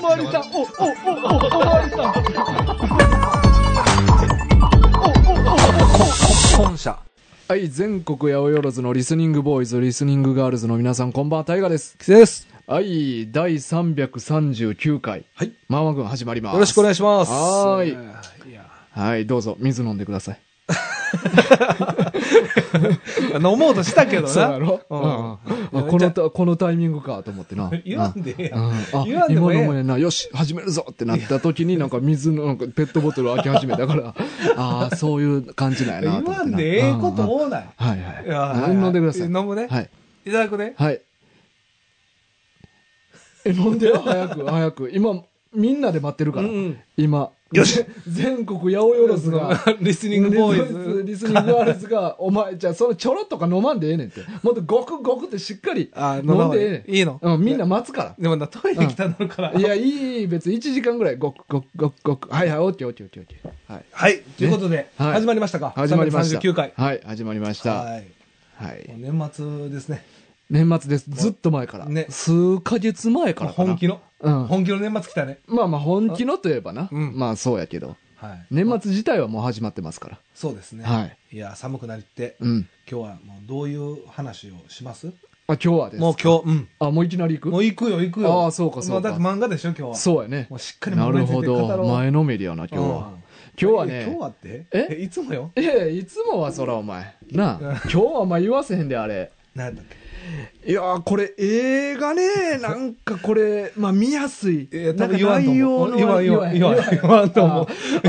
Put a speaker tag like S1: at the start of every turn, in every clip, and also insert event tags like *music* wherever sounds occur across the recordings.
S1: まわりさん、お、お、お、お、おまわりさん。
S2: 本社はい全国八百万のリスニングボーイズリスニングガールズの皆さんこんばんはタイガです
S3: キセです。
S2: はい第339回
S3: はい
S2: マーマ軍始まります
S3: よろしくお願いします。
S2: はーい
S3: い。いや、
S2: はいどうぞ水飲んでください
S3: 飲もうとしたけど
S2: *laughs* そうや
S3: な。
S2: ろ、
S3: う
S2: うんんあ
S3: いや
S2: こ
S3: じゃ
S2: の
S3: あ
S2: たこのタイミングかと思ってな
S3: *laughs* 言わんでええや
S2: うん
S3: ん。
S2: あ
S3: 言わんでもえ
S2: 今
S3: え
S2: のもねな、よし、始めるぞってなった時に、なんか水の、なんかペットボトル開き始めた
S3: *laughs*
S2: から、ああ、そういう感じなんやな
S3: 言
S2: と思っ
S3: わ
S2: て
S3: ん
S2: な。
S3: でええこと
S2: うんうん
S3: 多ない。
S2: はい
S3: いや
S2: は。
S3: はいい
S2: 飲んでください。
S3: 飲むね。
S2: はい。
S3: いただくね。
S2: はい。え、飲ん
S3: *laughs*
S2: でよ、早く、早く。今、みんなで待ってるから。
S3: うん
S2: 今。よし全国八百万が。
S3: *laughs* リスニングボーイズ。
S2: *laughs* リスニングガールズが、お前、じゃあ、そのちょろっとか飲まんでええねんって。もっとごくごくってしっかり
S3: あ飲ま
S2: 飲
S3: なんい
S2: でええねん。
S3: いいの
S2: うん、みんな待つか
S3: でもな、トイレ来たのから
S2: ら。い。や、いい、別に1時間ぐらい、ごくごくごくごく。はいはい、オッケーオッケーオッケーオッケー。はい。
S3: はい。ということで、
S2: はい
S3: 始まりましたか。
S2: 始まりました。
S3: 339回。
S2: はい、始まりました。
S3: はい。
S2: はい
S3: も。う年末ですね。
S2: 年末です。ずっと前から。
S3: ね
S2: 数ヶ月前からかな
S3: 本気の。
S2: うん
S3: 本気の年末来たね。
S2: まあまあ本気のといえばな。
S3: うん
S2: まあそうやけど。
S3: はい。
S2: 年末自体はもう始まってますから。
S3: そうですね。
S2: はい。
S3: いや、寒くなりって、
S2: うん。
S3: 今日はもうどういう話をします
S2: あ、今日はです。
S3: もう今日、うん。
S2: あ、もういきなり行く
S3: もう行くよ、行くよ。
S2: ああそうかそうか
S3: もだって漫画でしょ、今日は。
S2: そうやね
S3: もう。しっかり
S2: な
S3: 漫画
S2: る
S3: につい
S2: ほ
S3: て語ろう。
S2: ど。前のめりやな、今日は
S3: うん。
S2: 今日は
S3: え今日
S2: ね。
S3: はって
S2: え
S3: いつもよ。
S2: ええ、いつもはそらお前。な
S3: う
S2: あ
S3: ん、
S2: 今日はお前言わせへんで、あれ。
S3: なんだっけ
S2: いやー、これ映画 *laughs* ね、なんかこれ、まあ見やすい。
S3: えー、
S2: な
S3: 多
S2: ん
S3: 分
S2: か
S3: 言わんと
S2: 内
S3: 思
S2: 容
S3: う。
S2: の
S3: 言わん、言わん、言わん、言わんと思う。
S2: あ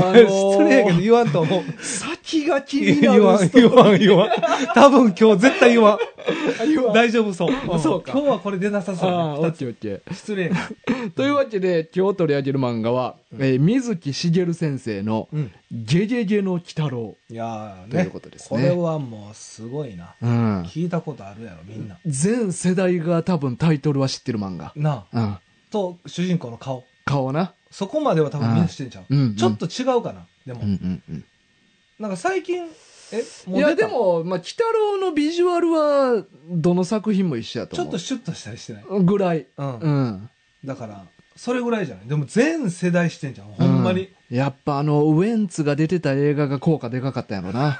S2: あの *laughs* ー
S3: *laughs* 失礼やけど言わんと思う。
S2: 先が気にな
S3: 言わ
S2: る
S3: ん、
S2: ストーリ
S3: 言
S2: ー。
S3: わん、言わん。多分今日絶対言わん。
S2: 言わん
S3: 大丈夫そう。
S2: そうか
S3: 今日はこれ出なさそう
S2: *laughs* ああ、
S3: ね。
S2: オ
S3: 二
S2: ッ
S3: つ
S2: ケーオッケー。
S3: 失礼。
S2: *laughs* というわけで今日取り上げる漫画は、えー水木しげる先生の
S3: うん
S2: 「ゲゲゲの鬼太郎
S3: いやーね。
S2: ということですね
S3: これはもうすごいな」。
S2: うん、
S3: 聞いたことあるやろ、みんな。
S2: 全世代が多分タイトルは知ってる漫画、
S3: なあ。
S2: うん、
S3: と、主人公の顔。
S2: 顔な、
S3: そこまでは多分みんな知ってんちゃ
S2: うんう
S3: う。
S2: ん
S3: ちょっと違うかな。でも
S2: うんう、んうん
S3: なんか最近、え、もう
S2: いや
S3: 出
S2: で
S3: た
S2: もまあ鬼太郎のビジュアルはどの作品も一緒やと
S3: ちょっ
S2: 思
S3: と
S2: う
S3: シュッとしたりしてない
S2: ぐらい、
S3: うん
S2: う。ん、
S3: だから、それぐらいじゃないでも全世代してんじゃん。ほんまに。
S2: うんやっぱあのウエンツが出てた映画が効果でかかったんやろ
S3: *laughs*
S2: な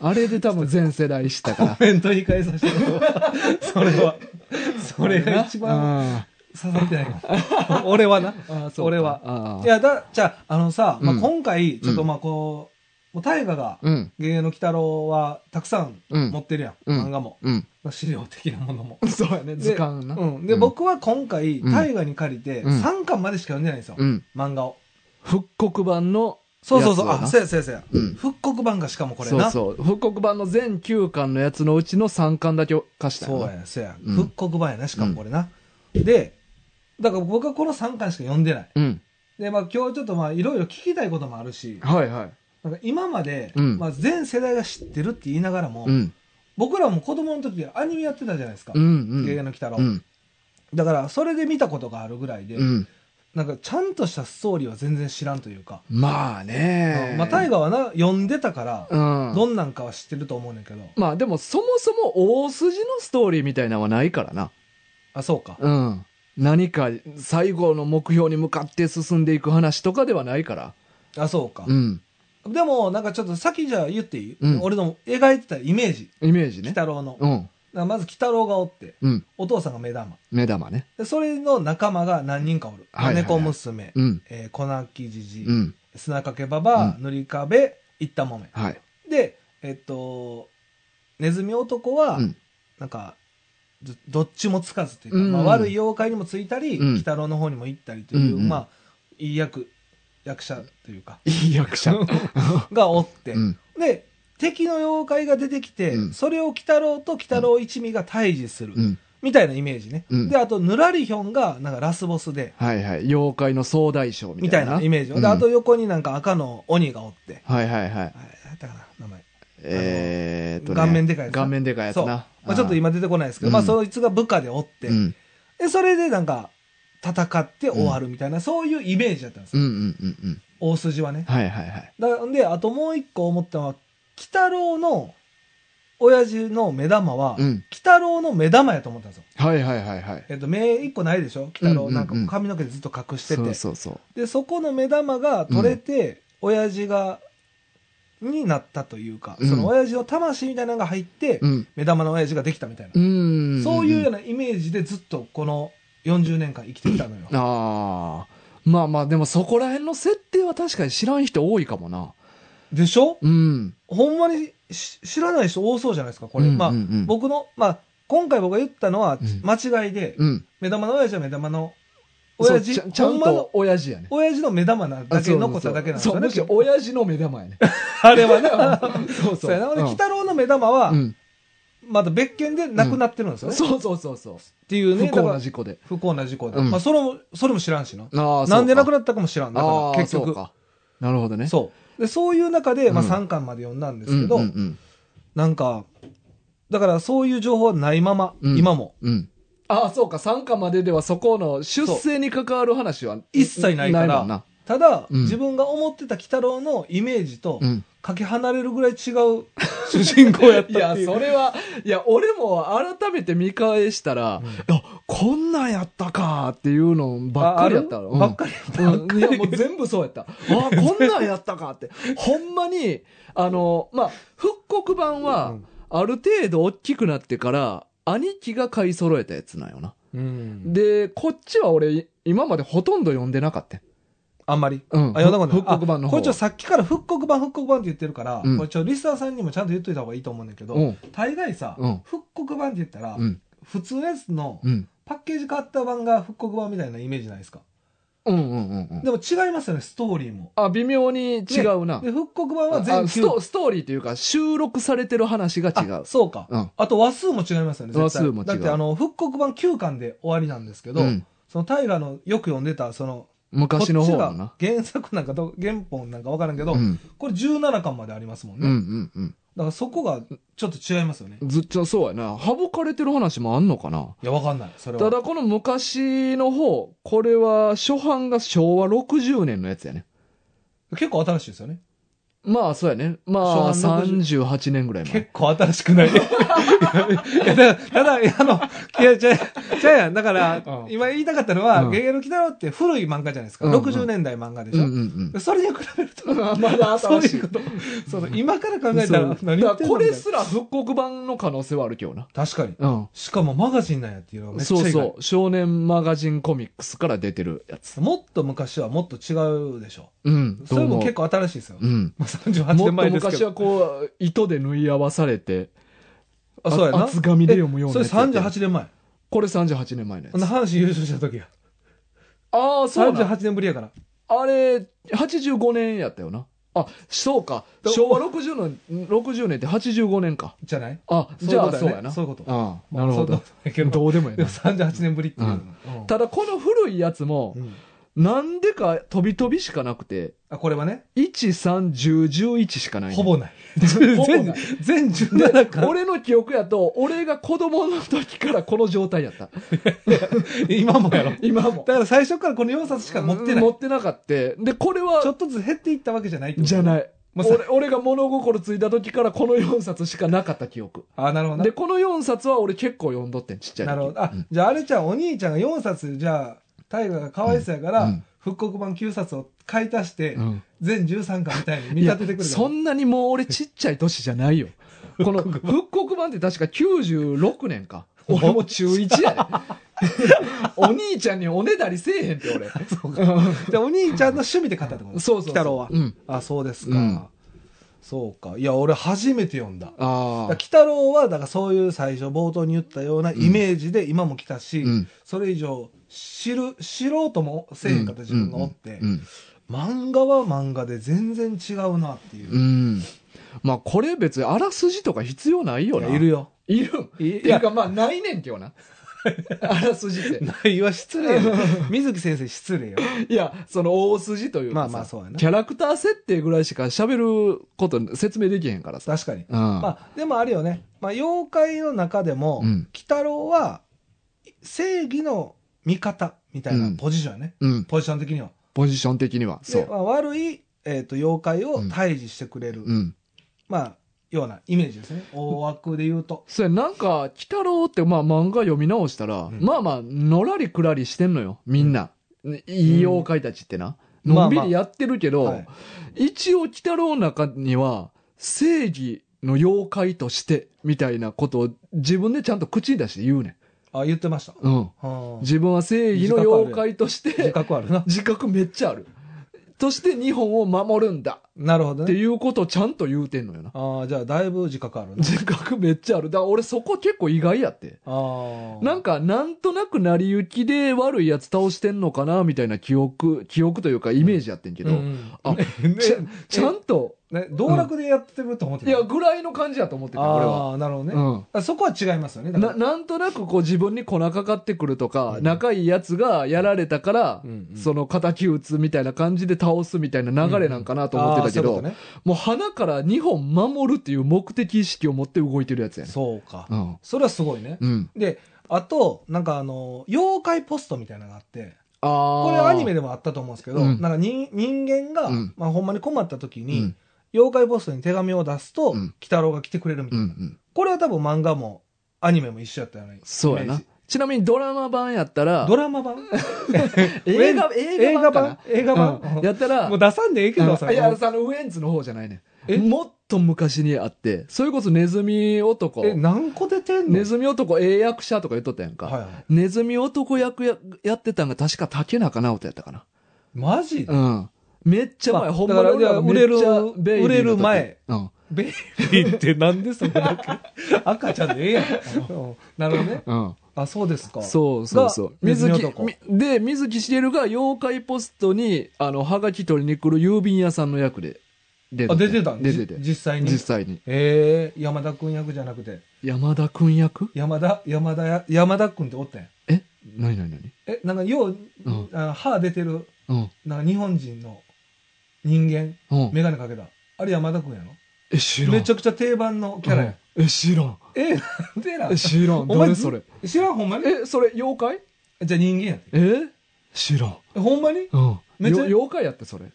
S2: あれで多分全世代したから
S3: コメント控えさせてもらうそれは。 *laughs* それが一番
S2: うん
S3: 刺さってないか
S2: *laughs*
S3: も俺はな。
S2: あそうか
S3: 俺は。
S2: ああ
S3: いや、だ、じゃあ、あのさ、まあ、
S2: うん
S3: 今回、ちょっとまあこう、もう大河が、
S2: うん
S3: 芸の鬼太郎はたくさん
S2: うん
S3: 持ってるやん。
S2: うん
S3: 漫画も。
S2: うん
S3: 資料的なも
S2: *laughs*
S3: のも。
S2: そうやね、
S3: で
S2: 図鑑な。
S3: うん。で、、僕は今回、
S2: うん
S3: 大河に借りて、
S2: うん
S3: 3巻までしか読んでないんですよ
S2: う。ん。
S3: 漫画を。
S2: 復刻版の、
S3: そうそうそう。
S2: やつをな
S3: あ、そうやそうやそうや
S2: うん。
S3: 復刻版がしかもこれ
S2: そう
S3: な。
S2: そう。復刻版の全9巻のやつのうちの3巻だけを貸したよ
S3: そ
S2: な
S3: うや、そうや。
S2: うん
S3: 復刻版やな、しかもこれな。で、だから僕はこの3巻しか読んでない。
S2: うん。
S3: で、まあ今日ちょっとまあいろいろ聞きたいこともあるし、
S2: はいはい。
S3: なんか今まで、
S2: うん
S3: まあ全世代が知ってるって言いながらも、
S2: うん。
S3: 僕らも子供の時アニメやってたじゃないですか。
S2: うんうん。
S3: ゲゲの鬼太郎。
S2: うん。
S3: だからそれで見たことがあるぐらいで、
S2: うん。
S3: なんかちゃんとしたストーリーは全然知らんというか、
S2: まあね。
S3: まあ大河はな、読んでたから、
S2: うん。
S3: どんなんかは知ってると思うねんけど、
S2: まあでも、そもそも大筋のストーリーみたいなのはないからな。
S3: あ、そうか。
S2: うん。何か最後の目標に向かって進んでいく話とかではないから。
S3: あ、そうか。
S2: うん。
S3: でも、なんかちょっと先じゃあ言っていい、
S2: うん
S3: 俺の描いてたイメージ。
S2: イメージ
S3: 鬼
S2: ね。
S3: 太郎の。だか
S2: うん。
S3: らまず鬼太郎がおって、
S2: うん。
S3: お父さんが目玉。
S2: 目玉ね。
S3: で、それの仲間が何人かおる。
S2: はいはいはい
S3: 猫娘、
S2: うん。
S3: えー、粉木じじい、
S2: うん。
S3: 砂かけばば、
S2: う
S3: 塗り壁、いったもめ。
S2: はい。
S3: で、えっと、ネズミ男は、
S2: うん。
S3: なんか、どどっちもつかずというか、
S2: うん
S3: まあ、悪い妖怪にもついたり、
S2: うん
S3: 鬼太郎の方にも行ったりという、
S2: うんうん
S3: まあ、いい役、役者と *laughs* いうか、
S2: いい役者。
S3: がおって、
S2: うん。
S3: で敵の妖怪が出てきて、
S2: うん
S3: それを鬼太郎と鬼太郎一味が対峙する、
S2: うん。
S3: みたいなイメージね、
S2: うん
S3: であとぬらりひょんがなんかラスボスで
S2: はいはい。妖怪の総大将み
S3: み
S2: た
S3: た
S2: い
S3: い
S2: な。
S3: なイメージ、
S2: うん
S3: であと横になんか赤の鬼がおって
S2: はいはいは
S3: あ。
S2: い
S3: れ何やったかな名前
S2: えーっとね。
S3: 顔面でかいやつな
S2: 顔面でかいやつ
S3: そう、
S2: な
S3: ま。あ、ちょっと今出てこないですけど、
S2: うん
S3: まあそいつが部下でおって、
S2: うん。
S3: でそれでなんか戦って終わるみたいな、そういうイメージだったんです
S2: うんう
S3: よ、
S2: んうんうん。
S3: 大筋はね
S2: はいはいはい。
S3: だんであともう一個思ったのは鬼太郎の親父の目玉は、
S2: う
S3: 鬼
S2: ん。
S3: 太郎の目玉やと思ったんですよ。
S2: はいはいはいはい。
S3: えっと、目一個ないでしょ鬼太
S2: うんうん
S3: 郎
S2: うん
S3: なんかこう髪の毛ずっと隠してて。
S2: そうそうそう。
S3: で、そこの目玉が取れて、親父が、になったというか、
S2: うん
S3: その親父の魂みたいなのが入って、
S2: うん。
S3: 目玉の親父ができたみたいな
S2: う。ーん。
S3: そういうようなイメージでずっとこの40年間生きてきたのよ。
S2: ああ。まあまあ、でもそこら辺の設定は確かに知らん人多いかもな。
S3: でしょ
S2: うん。
S3: ほんまにし知らない人多そうじゃないですか、これ。
S2: うん
S3: まあ
S2: うんうん、
S3: 僕の、まあ、今回僕が言ったのは
S2: うん
S3: 間違いで、
S2: うん。
S3: 目玉の親父は目玉の、
S2: そう
S3: 親父、
S2: ちゃんちゃ
S3: ほん
S2: ん
S3: まの
S2: と、親父やね。
S3: 親父の目玉なだけ残っただけなんですよね。
S2: そうそうそうそうむしろ親父の目玉やね。あれはね。そ
S3: *laughs*
S2: う
S3: そ
S2: そうう。
S3: やな。で、
S2: うん
S3: 鬼太郎の目玉は
S2: う、ん
S3: まだ別件で亡くなってるんですよね。
S2: そうそうそうそう。
S3: っていうね、
S2: 不幸
S3: だか
S2: な
S3: ら
S2: 事故で。
S3: 不幸な事故で。
S2: うん
S3: まあ、それも、それも知らんしな。
S2: ああ
S3: なんで亡く
S2: なっ
S3: なったかも知らん。だ
S2: た
S3: から、結
S2: 結局
S3: 局。
S2: か。なるほどね。
S3: そう。で、そういう中で、まあ、
S2: うん
S3: 3巻まで読んだんですけど、
S2: うんうん
S3: なんか、だからそういう情報はないまま、
S2: うん
S3: 今も。
S2: うん。うんああ、そうか。参加までではそこの出世に関わる話は
S3: 一切ないから
S2: もんな
S3: ただ、
S2: うん
S3: 自分が思ってた鬼太郎のイメージと
S2: う、 *laughs* ん。
S3: かけ離れるぐらい違う主人公やっ
S2: *laughs* い
S3: た
S2: や、
S3: っていう。
S2: それは、いや、俺も改めて見返したら、あ、こんなんやったかっていうのばっかりやった
S3: ああ
S2: の。
S3: る
S2: うん
S3: ばっかりやった。
S2: うん、いや、もう全部そうや *laughs* った。あ、こんなんやったかって。ほんまに、あの、まあ、復刻版は、ある程度大きくなってから、兄貴が買い揃えたやつなんよな。
S3: うん。
S2: で、こっちは俺、い今までほとんど読んでなかったよ。
S3: あんまり。
S2: うん
S3: あ、読んだことない
S2: 復刻版の
S3: あこ
S2: 方
S3: れちょ、さっきから復刻版、復刻版って言ってるから、
S2: うん
S3: これちょ、リスナーさんにもちゃんと言っといた方がいいと思うんだけど、
S2: うん。
S3: 大概さ、
S2: うん
S3: 復刻版って言ったら、
S2: うん。
S3: 普通のやつの
S2: うん。
S3: パッケージ変わった版が復刻版みたいなイメージないですか。
S2: うんうんうんうん。
S3: でも違いますよね、ストーリーも。
S2: あ、微妙に違うな。
S3: で、復刻版は
S2: あ
S3: 全
S2: あス
S3: 9
S2: トストーリーというか、収録されてる話が違
S3: あ
S2: う。
S3: そうか。
S2: うん
S3: あと話数も違いますよね、絶対
S2: 話数も違う
S3: だってあの、復刻版9巻で終わりなんですけど、
S2: うん
S3: その平のよく読んでた、その、
S2: 昔の方
S3: こ
S2: の
S3: っちが
S2: な。
S3: 原作なんかと、原本なんかわからんけど、
S2: うん
S3: これ17巻までありますもん
S2: う
S3: ね。
S2: んうん
S3: だからそこがちょっと違いますよね。
S2: うん。ずっちゃそうやな。省かれてる話もあんのかな。
S3: いや、わかんない。それ
S2: た
S3: は。
S2: だこの昔の方、これは初版が昭和60年のやつやね。
S3: 結構新しいですよね。
S2: まあそうやね。まあ
S3: 昭和
S2: 38年ぐらい前
S3: 結。構新しくない。いや、だから、ただ、いやあの、いや、じゃあ、じゃあやんだから
S2: う、ん
S3: 今言いたかったのは、
S2: うん
S3: ゲゲの鬼太郎って古い漫画じゃないですか。
S2: うんうん
S3: 60年代漫画でし
S2: うん
S3: ょ。
S2: うん
S3: それに比べると、
S2: うん。まだ
S3: そう
S2: 新し
S3: い
S2: い
S3: こ
S2: う
S3: と。そうそう、今から考えたら
S2: そう
S3: 何言
S2: だ
S3: っ
S2: か
S3: て
S2: ら
S3: んの
S2: こ
S3: みたい
S2: れ
S3: な
S2: すら復刻版の可能性はあるけどな。
S3: 確かに。
S2: うん。
S3: しかもマガジンなんやっていうのがめっちゃ意
S2: そう
S3: 外
S2: そう。少年マガジンコミックスから出てるやつ。
S3: もっと昔はもっと違うでしょ。
S2: うん。
S3: それも結
S2: 構。
S3: 構新しいですよ。
S2: うん。
S3: まあ38
S2: もっと
S3: 年前ですけ
S2: 昔
S3: ど。
S2: はこう、糸で縫い合わされて、
S3: あ、そうやな。
S2: 厚紙で読むような
S3: それ
S2: やつやって
S3: 38年前。
S2: これ38年前のや
S3: あの
S2: つ。
S3: 阪神優勝した時や。
S2: ああ、そうなん
S3: 38年ぶりやから。
S2: あれ、85年やったよな。あ、そうか。
S3: だ
S2: 昭和60年、60年って85年か。
S3: じゃない
S2: あ、
S3: そう
S2: じ
S3: いうこ
S2: ゃあ
S3: とやね
S2: そうやな。
S3: そういうこと
S2: ああなるほ
S3: そんな
S2: ど
S3: こ。とないけど
S2: どうでもいい
S3: で
S2: な
S3: も。38年ぶりっていうのが。うん
S2: ただこの古いやつも
S3: う、ん
S2: なんでか飛び飛びしかなくて、
S3: あ、これはね、
S2: 1、3、10、11しかないね、
S3: ほぼない。
S2: *laughs* ほぼ
S3: 全
S2: ない、
S3: 全17巻。
S2: 俺の記憶やと、俺が子供の時からこの状態やった。
S3: 今もやろ。
S2: *laughs* *laughs* 今も。
S3: だから最初からこの4冊しか持ってない。
S2: 持
S3: ち
S2: ってなかった。で、これ
S3: ょ
S2: は、
S3: っとずつ減っていったわけじゃないってこと
S2: じゃない。
S3: もうさ
S2: 俺俺が物心ついた時からこの4冊しかなかった記憶。
S3: あ、なるほどな
S2: で、この4冊は俺結構読んどってん、ちっちゃい時。
S3: なるほど。あ、
S2: うん
S3: じゃあ、あれちゃん、お兄ちゃんが4冊、じゃあ、大河がかわいそうやから、
S2: うんうん
S3: 復刻版9冊を買い足して、
S2: うん
S3: 全13巻みたいに見立ててくる
S2: いやそんなにもう俺ちっちゃい年じ
S3: *laughs*
S2: ゃないよ。この復刻版って確か96
S3: *laughs*
S2: 年か。俺も中1やで。 *laughs* お兄ちゃんにおねだりせえへんって俺。
S3: そうかじゃあお兄ちゃんの趣味で買ったってこと
S2: そう
S3: 鬼
S2: そうそう
S3: 太郎は。
S2: うん
S3: あ、そうですか。
S2: うん
S3: そうか。いや、俺初めて読んだ。だか
S2: あ
S3: ら鬼太郎は、だからそういう最初冒頭に言ったようなイメージで今も来たし、
S2: うん
S3: それ以上知る、知ろうともせえへんかった自分がおって、
S2: うん
S3: 漫画は漫画で全然違うなっていう
S2: う。ん。まあこれ別にあらすじとか必要ないよ
S3: い
S2: な。
S3: やいるよ。
S2: いるん。って
S3: い
S2: いうかまあないねんけ
S3: *laughs*
S2: どな。あらすじって。
S3: 内容は失礼よ
S2: *laughs*
S3: 水木先生失礼よ。
S2: いや、その大筋というかさ、
S3: まあまあそうやな
S2: キャラクター設定ぐらいしか喋ること説明できへんからさ。
S3: 確かに。
S2: うん。
S3: まあ、でもあれよね。まあ、妖怪の中でも、
S2: うん
S3: 鬼太郎は、正義の味方みたいうなんポジションやね。
S2: うん。
S3: ポジション的には。
S2: ポジション的には。そ
S3: で、
S2: う
S3: ま。あ、悪い、えっ、と、妖怪を
S2: うん
S3: 退治してくれる。
S2: うん。
S3: まあ、ようなイメージですね。大枠で言うと。
S2: そうや、なんか、鬼太郎って、まあ漫画読み直したら、
S4: ん
S2: まあまあ、のらりくらりしてんのよ、みんな。いい妖怪たちってな。
S3: うん
S2: のんびりやってるけど、
S3: はい
S2: 一応鬼太郎の中には、正義の妖怪として、みたいなことを自分でちゃんと口に出して言うね
S3: あ、言ってました。
S2: ん。うん。
S3: はあ
S2: 自分は正義の妖怪とし
S3: 自
S2: て、
S3: 覚ある
S2: *laughs*
S3: な。
S2: 自覚めっちゃある。として日本を守るんだ
S3: なるほど
S2: って
S3: ね。
S2: いうことをちゃんと言うてんのよな。
S3: ああ、じゃあだいぶ自覚あるな。
S2: 自覚めっちゃある。だから俺そこ結構意外やって。
S3: ああ。
S2: なんか、なんとなく成り行きで悪いやつ倒してんのかな、みたいな記憶、記憶というかイメージやってんけ
S3: け
S2: ど、あちゃ
S3: ね、
S2: ちゃんと、
S3: ね、道楽でやってると思って
S2: いや、ぐらいの感じやと思ってた、俺は。
S3: ああ、なるほどね。
S2: うん
S3: あそこは違いますよね。だか
S2: な
S3: ら
S2: なんとなくこう自分に粉かかってくるとか、仲いいやつがやられたから、
S4: うんうん
S2: その敵打つみたいな感じで倒すみたいな流れなんかなと思ってたけど、
S3: ああそういうこ
S2: もう花から2本守るっていう目的意識を持って動いてるやつ
S3: とね
S2: やね
S3: そうか。
S2: うん。
S3: それはすごいね。
S2: うん。
S3: で、あと、なんかあの、妖怪ポストみたいなのがあって、
S2: ああ。
S3: これアニメでもあったと思うんですけど、
S2: うん
S3: なんか人人間が、
S2: うん
S3: まあほんまに困った時に、
S2: うん
S3: 妖怪ポストに手紙を出すと、
S2: うん
S3: 鬼太郎が来てくれるみた
S2: う
S3: い
S2: んう
S3: な。
S2: ん。
S3: これは多分漫画もアニメも一緒やったよね。
S2: そうや
S3: イメー
S2: な
S3: ジ。。
S2: ちなみにドラマ版やったら
S3: ド、ラマ版
S2: 映画、 *laughs* 映
S3: 映
S2: 画
S3: 画
S2: 版
S3: 版映画
S2: かな
S3: 版、
S2: うんやったら、
S3: もう出さんでええけどさ。
S2: あいや、あの、ウエンツの方じゃないね。
S3: え
S2: もっと昔にあって、それこそネズミ男。
S3: え、何個出てんの
S2: ネズミ男、ええ役者とか言っとったやんか。
S3: はいはい
S2: ネズミ男役ややってたんが確か竹中直人やったかな。
S3: マジで
S2: うん。めっちゃ前、
S3: まあ
S2: ほんまに
S3: だから
S2: 俺らがめっちゃ
S3: 売れる
S2: ベイビーの時
S3: 売れる前。
S2: うん。
S3: ベイビーってなんでそん
S2: *laughs*
S3: な赤ちゃんでええやん。うんなるほどね。
S2: うん。
S3: あ、そうですか。
S2: そうそうそう
S3: が。
S2: 水
S3: ネ
S2: 木
S3: ズミ男、
S2: みで、水木しげるが妖怪ポストに、あの、はがき取りに来る郵便屋さんの役で出
S3: あ、出てたん
S2: 出てて。
S3: 実際に。
S2: 実際に。
S3: ええ山田君役じゃなくて、
S2: 山田くん役
S3: 山田、山田や、山田君っておったんや
S2: え何何何
S3: え、なんか、よう、
S2: うん
S3: あの歯出てる、
S2: うん。
S3: なんか日本人の人間、
S2: うん。
S3: メガネかけた。あれ山田君やろ
S2: え、知らん。
S3: めちゃくちゃ定番のキャラや。
S2: うんえ、知らん。
S3: え、なんでな
S2: え、知らん。
S3: お前
S2: 誰
S3: ず
S2: それ。
S3: 知らん、ほんまに
S2: え、それ、妖怪
S3: じゃあ人間やって。
S2: え知らん。
S3: *laughs* えほんまに
S2: うん。
S3: めっちゃ
S2: よ妖怪やって、それ。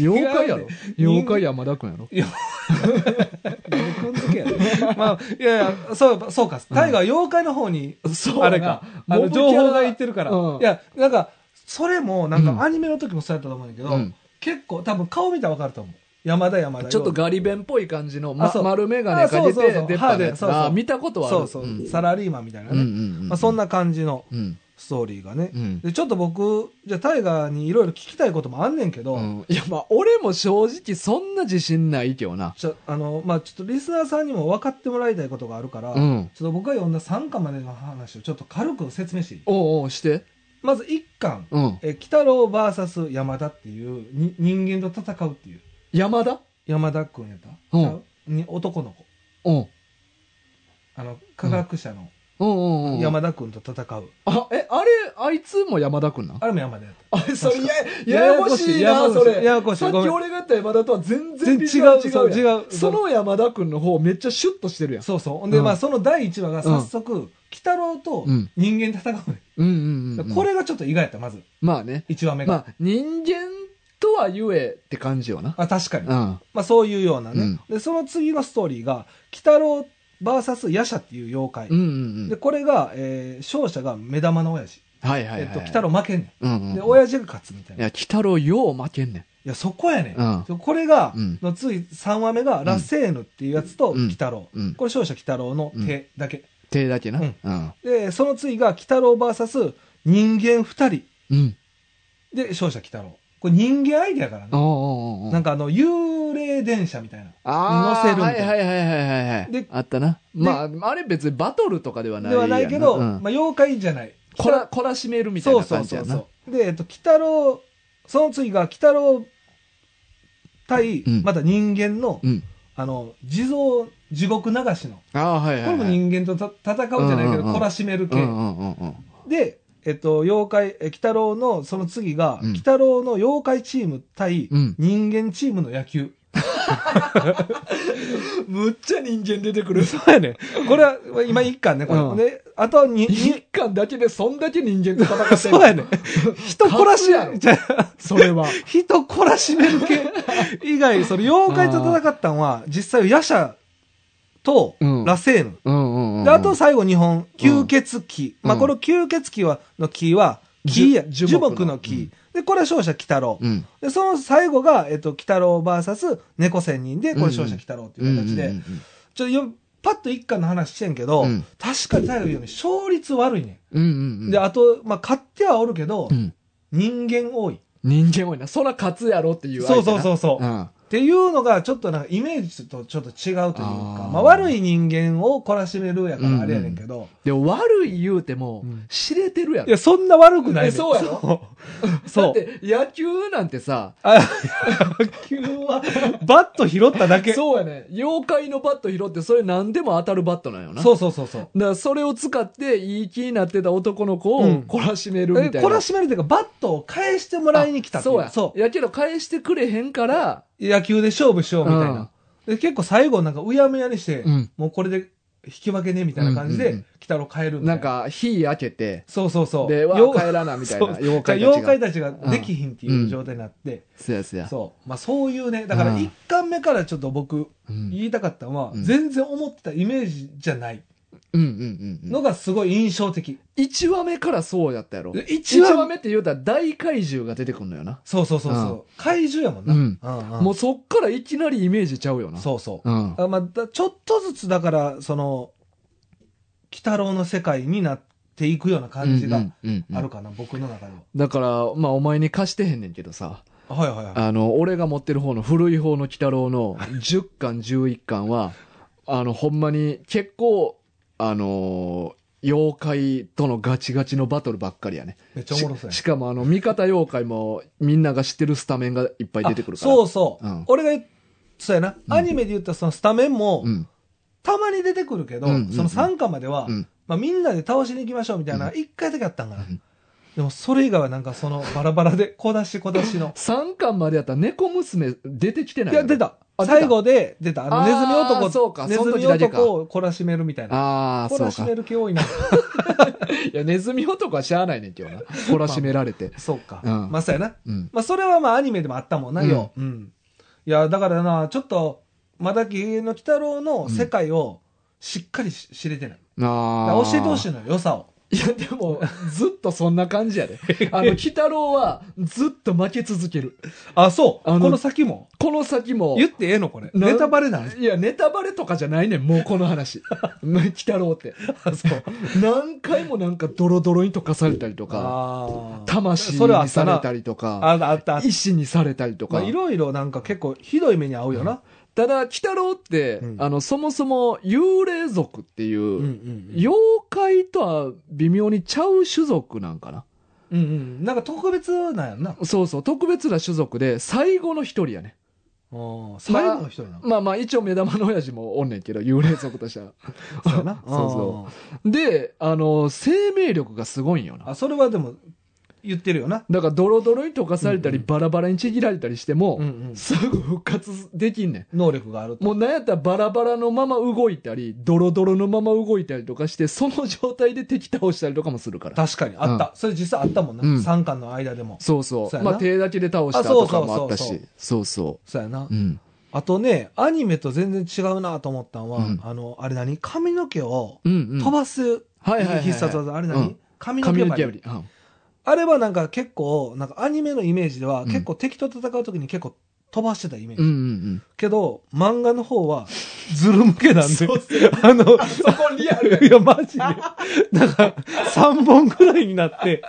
S2: 妖怪やろ
S3: 人間
S2: 妖怪山田くんやろ
S3: 君付けやでまあ、いやいや、そう、そうか。タイガーは妖怪の方に、
S2: そう
S3: あれか。あの、情報がいってるから。
S2: うん
S3: いや、なんか、それも、なん
S2: うん
S3: かアニメの時もそうやったと思うんだけど、
S2: うん
S3: 結構多分顔見たらわかると思う。山田山田。
S2: ちょっとガリ弁っぽい感じの、
S3: あ
S2: ま
S3: そう、
S2: 丸眼鏡かけ
S3: あそうそうそ
S2: て
S3: う
S2: 出っ
S3: 歯
S2: 歯のやつ
S3: でそうそう
S2: あ見たことはある
S3: そうそう、
S2: ん
S3: サラリーマンみたいな
S2: うんう
S3: ね。
S2: んうん
S3: まあ、そんな感じの
S2: うん
S3: ストーリーがね。
S2: うん
S3: でちょっと僕、じゃあタイガーにいろいろ聞きたいこともあんねんけど、
S2: うんいやまあ俺も正直そんな自信ないけどな
S3: ちょあの、まあ、ちょっとリスナーさんにも分かってもらいたいことがあるから、
S2: うん
S3: ちょっと僕が読んだ3巻までの話をちょっと軽く説明していい
S2: おうおうして
S3: まず1巻、
S2: うん
S3: え、鬼太郎 VS 山田っていう、に人間と戦うっていう。
S2: 山田
S3: 山田君やった、
S2: うん
S3: ちゃに男の子。
S2: うん
S3: あの、科学者の
S2: うんうんうん
S3: 山田君と戦う。
S2: あえあれあいつも山田くんなん
S3: あれも山田やった。
S2: あれそれや
S3: や
S2: や
S3: や
S2: や
S3: こ
S2: こ
S3: し
S2: し
S3: い
S2: い
S3: ややこ
S2: な
S3: しい
S2: それ
S3: ややこしい
S2: さっき
S3: ごめん
S2: 俺が言った山田とは全
S3: 全
S2: 然
S3: 然
S2: ビジュアル
S3: 違うそう
S2: 違うやん
S3: 違う
S2: その山田くんの方めっちゃシュッとしてるやん
S3: そうそう。ほんで、
S2: うん
S3: まあ、その第1話が早速、鬼太郎と
S2: うん
S3: 人間戦うね、
S2: うんうんうんうん
S3: これがちょっと意外やった、まず。
S2: まあね
S3: 1話目が。
S2: まあ人間とはゆえって感じよな
S3: あ、確かに。
S2: うん
S3: まあ、そういうようなね。
S2: うん
S3: で、その次のストーリーが、鬼太郎 VS ヤシャっていう妖怪。
S2: うんうんう
S3: で、
S2: ん
S3: これが、えー勝者が目玉の親父。
S2: はいはいはい
S3: えっと、鬼太郎負けんね。
S2: うんうんん
S3: で、親父が勝つみたい
S2: い
S3: な。い
S2: や鬼太郎よう負けんねん
S3: や、そこやね
S2: うん
S3: ん。これが
S2: うん、
S3: のつい3話目が、ラセーヌっていうやつと、
S2: うん
S3: 鬼太郎。
S2: うん
S3: これ勝者鬼太郎の手だけ。
S2: 手だけな
S3: う
S2: うんんうん
S3: で、その次が、鬼太郎 VS 人間2人。
S2: うん
S3: で、勝者鬼太郎。これ人間アイデアから
S2: お
S3: ね。
S2: うおうおうおう
S3: なんかあの、幽霊電車みたいな。乗
S2: ああ
S3: せるみたいな
S2: はいはいはいはいはいはい
S3: で
S2: あったなまああれ別にバトルとかではない
S3: ではないけど、
S2: やんなうん
S3: まあ、妖怪じゃない。
S2: こら、こらしめるみたい
S3: そう
S2: な
S3: そう
S2: 感じ
S3: そ
S2: や
S3: う
S2: な。
S3: そう。で、えっと、鬼太郎、その次が、鬼太郎対、
S2: うん
S3: また人間の、
S2: うん。
S3: あの、地蔵、地獄流しの。
S2: ああ、はいはい、
S3: こ
S2: は
S3: れ
S2: い。
S3: も人間とた戦うじゃないけど、
S2: うんうんうん
S3: 懲らしめる系。
S2: うんうんうんうん。
S3: で、えっと、妖怪、え鬼太郎の、その次が、
S2: うん
S3: 鬼太郎の妖怪チーム対
S2: うん
S3: 人間チームの野球。
S2: むっちゃ人間出てくる。
S3: そうやね。これは、今一巻ね、これ。
S2: うん
S3: で、あとに、
S2: 一
S3: に、
S2: 巻だけでそんだけ人間と戦ってる。 *laughs*
S3: そうやね。人懲らし
S2: 勝つやろ
S3: め、じゃあ
S2: それは。
S3: 人懲らしめる系以外、それ妖怪と戦ったんは、実際、夜叉と、
S2: うん
S3: ラセーヌ。
S2: *laughs* うんうんうん。
S3: であと最後日本、吸血鬼。
S2: うん
S3: まあ、この吸血鬼は、の木は、木や、樹
S2: 樹樹木の
S3: 木の木。で、これは勝者鬼太郎。
S2: うん。
S3: で、その最後が、えっと、鬼太郎 VS 猫仙人で、これ勝者鬼太郎っていう形
S2: うんう
S3: で
S2: ん、
S3: ちょっとよ、パッと一巻の話してんけど、
S2: うん
S3: 確かに大河ように勝率悪いね
S2: うんうんうん
S3: ん。で、あと、まあ、勝ってはおるけど、
S2: うん
S3: 人間多い。
S2: 人間多いな。そら勝つやろっていう
S3: そ
S2: 相
S3: う
S2: 手
S3: そ
S2: な。
S3: うそうそう。
S2: うん。あ
S3: っていうのが、ちょっとなんかイメージとちょっと違うというか、
S2: あー
S3: まあ、悪い人間を懲らしめるやからあれやねんけど、
S2: でも悪い言うても
S3: うん、
S2: 知れてるや
S3: い
S2: ろ
S3: や、。そんな悪くないね
S2: え
S3: ん
S2: そうやろだ
S3: そ
S2: っ
S3: う。
S2: て野球なんてさ、
S3: あ、 *laughs* 野球は、バット拾っただけ。そ
S2: そうやね。妖怪のバット拾って、それ何でも当たるバットなんよな。
S3: うそうそうそう。
S2: だからそれを使っていい気になってた男の子を
S3: うん
S2: 懲らしめるみたいな、
S3: 懲らしめるというか、バットを返してもらいに来たってい
S2: そうや
S3: そう。
S2: やけど返してくれへんから、
S3: 野球で勝負しようみたい
S2: うん
S3: な。で結構最後なんかうやむやにして、
S2: うん
S3: もうこれで引き分けねみたいな感じ
S2: うんうんう
S3: で
S2: ん、
S3: 北郎変えるみた
S2: ないんか火開けて
S3: そうそうそう。
S2: では
S3: よう
S2: 帰らなみたいな
S3: そう
S2: 妖怪たちが
S3: 妖怪たちができひんっていう状態になって、
S2: そやそや
S3: そう。まあそういうね、だか
S2: う
S3: ら
S2: ん
S3: 一巻目からちょっと僕
S2: うん
S3: 言いたかったのは、
S2: うん
S3: 全然思ってたイメージじゃない
S2: うんうんうんう
S3: の
S2: ん
S3: がすごい印象的。
S2: 1話目からそうやったやろ
S3: で
S2: 1
S3: 一
S2: 話
S3: 話目
S2: 目って言うたら大怪獣が出てくんのよな、
S3: そうそうそうそう。怪獣やもんな。
S2: うん
S3: うんうん
S2: もうそっからいきなりイメージちゃうよな
S3: そうそう。
S2: うん、
S3: あまあ、だちょっとずつだから、その、鬼太郎の世界になっていくような感じが
S2: うんうんうん
S3: あるかな、僕の中では。
S2: だからまあお前に貸してへんねんけどさ
S3: はいはいはい。
S2: あの俺が持ってる方の古い方の鬼太郎
S3: *laughs*
S2: の10巻11巻はあのほんまに結構あのー妖怪とのガチガチのバトルばっかりやね
S3: めっちゃおもろそう
S2: し
S3: や
S2: しかもあの味方妖怪もみんなが知ってるスタメンがいっぱい
S3: ん。
S2: 出てくるから
S3: そううそう。
S2: ん
S3: 俺が言っそうやな、
S2: ん
S3: アニメで言ったそのスタメンも、
S2: うん
S3: たまに出てくるけど、
S2: うんうんうん
S3: その3巻までは、
S2: うん
S3: まあ、みんなで倒しに行きましょうみたいな、1回だけあったんかな。
S2: ん。
S3: でもそれ以外はなんかそのバラバラで、小出し小出しの
S2: 3巻までやったら猫娘出てきてない
S3: いや、出た。
S2: あ出た
S3: 最後で出た。あの、
S2: あー
S3: ネズミ男、
S2: そうか
S3: ネズ
S2: その時
S3: ミ
S2: だけか
S3: 男を懲らしめるみたいな。
S2: ああ
S3: 懲
S2: そ
S3: ら
S2: う
S3: し
S2: か
S3: める気多い
S2: *laughs*
S3: な。
S2: いやネズミ男はしゃあないねんけどな懲らしめられて、
S3: そうか。
S2: うん
S3: まあ、そうやな。
S2: うん
S3: まあ、それはまあ、アニメでもあったもんな、
S2: うん
S3: よ。うん。いや、だからな、ちょっと、まだ芸の鬼太郎の世界をしっかりし知れてない。だから
S2: ああ
S3: 教えてほしいのよ、良さを。
S2: いや、でも、ずっとそんな感じ
S3: *laughs*
S2: やで。あの、鬼太郎は、ずっと負け続ける。
S3: あ、そう。
S2: あの
S3: この先も。
S2: この先も、
S3: 言ってええの、これ。
S2: な
S3: ネタバレ
S2: *laughs*
S3: ない。
S2: いや、ネタバレとかじゃないねん、もうこの話。
S3: *laughs*
S2: 鬼太郎って。何回もなんか、ドロドロに溶かされたりとか、
S3: ああ。
S2: 魂
S3: それはあ
S2: に
S3: っ
S2: さ
S3: た
S2: れ
S3: な
S2: たりと
S3: あ
S2: か、
S3: あった、あった。
S2: 意志にされたりと
S3: ま
S2: か
S3: あ、。いろいろなんか結構ひどい目に遭うよな。
S2: ただ、鬼太郎って
S3: う、ん
S2: あの、そもそも、幽霊族っていうう、
S3: よ、
S2: 妖怪とは微妙にちゃう種族なんかな。
S3: うんうん。なんか特別なんやんな。
S2: そうそう、特別な種族で、最後の一人やね。
S3: うん最後の一人なの。
S2: まあまあ一応目玉の親父もおんねんけど、幽霊族としては。
S3: *laughs* そうやな。
S2: *laughs* そうそで、あの、生命力がすごいんよ
S3: うんあ、
S2: な。
S3: それはでも、言ってるよな。
S2: だからドロドロに溶かされたり、
S3: うんうん
S2: バラバラにちぎられたりしても、
S3: うんうん
S2: すぐ復活できんね
S3: 能力がある
S2: ん。
S3: と。
S2: もうなんやったらバラバラのまま動いたり、ドロドロのまま動いたりとかして、その状態で敵倒したりとかもするから。
S3: 確かに、あった。それ実際あったもんな。
S2: うん
S3: 三巻の間でも。
S2: そうそう。
S3: そうやな
S2: まあ手だけで倒した
S3: あそ
S2: と
S3: うそう
S2: か
S3: そう
S2: もあったし。そうそ
S3: そうやな
S2: う。う。ん。
S3: あとね、アニメと全然違うなと思ったのは、
S2: うん
S3: あの、あれ何髪の毛を
S2: うんうん。
S3: 飛ばす
S2: はいはいはいはい
S3: 必殺技。あれ
S2: う
S3: 何
S2: ん
S3: 髪の毛
S2: 髪の
S3: 針
S2: 毛。より。うん
S3: あれはなんか結構、なんかアニメのイメージでは
S2: ん
S3: 結構敵と戦う時に結構飛ばしてたイメー
S2: うんう
S3: ジ。
S2: ん
S3: けど、漫画の方はずる向けなんで。あの、
S2: うん。そこリアル
S3: いや、マジで。なんか、3本ぐらいになって。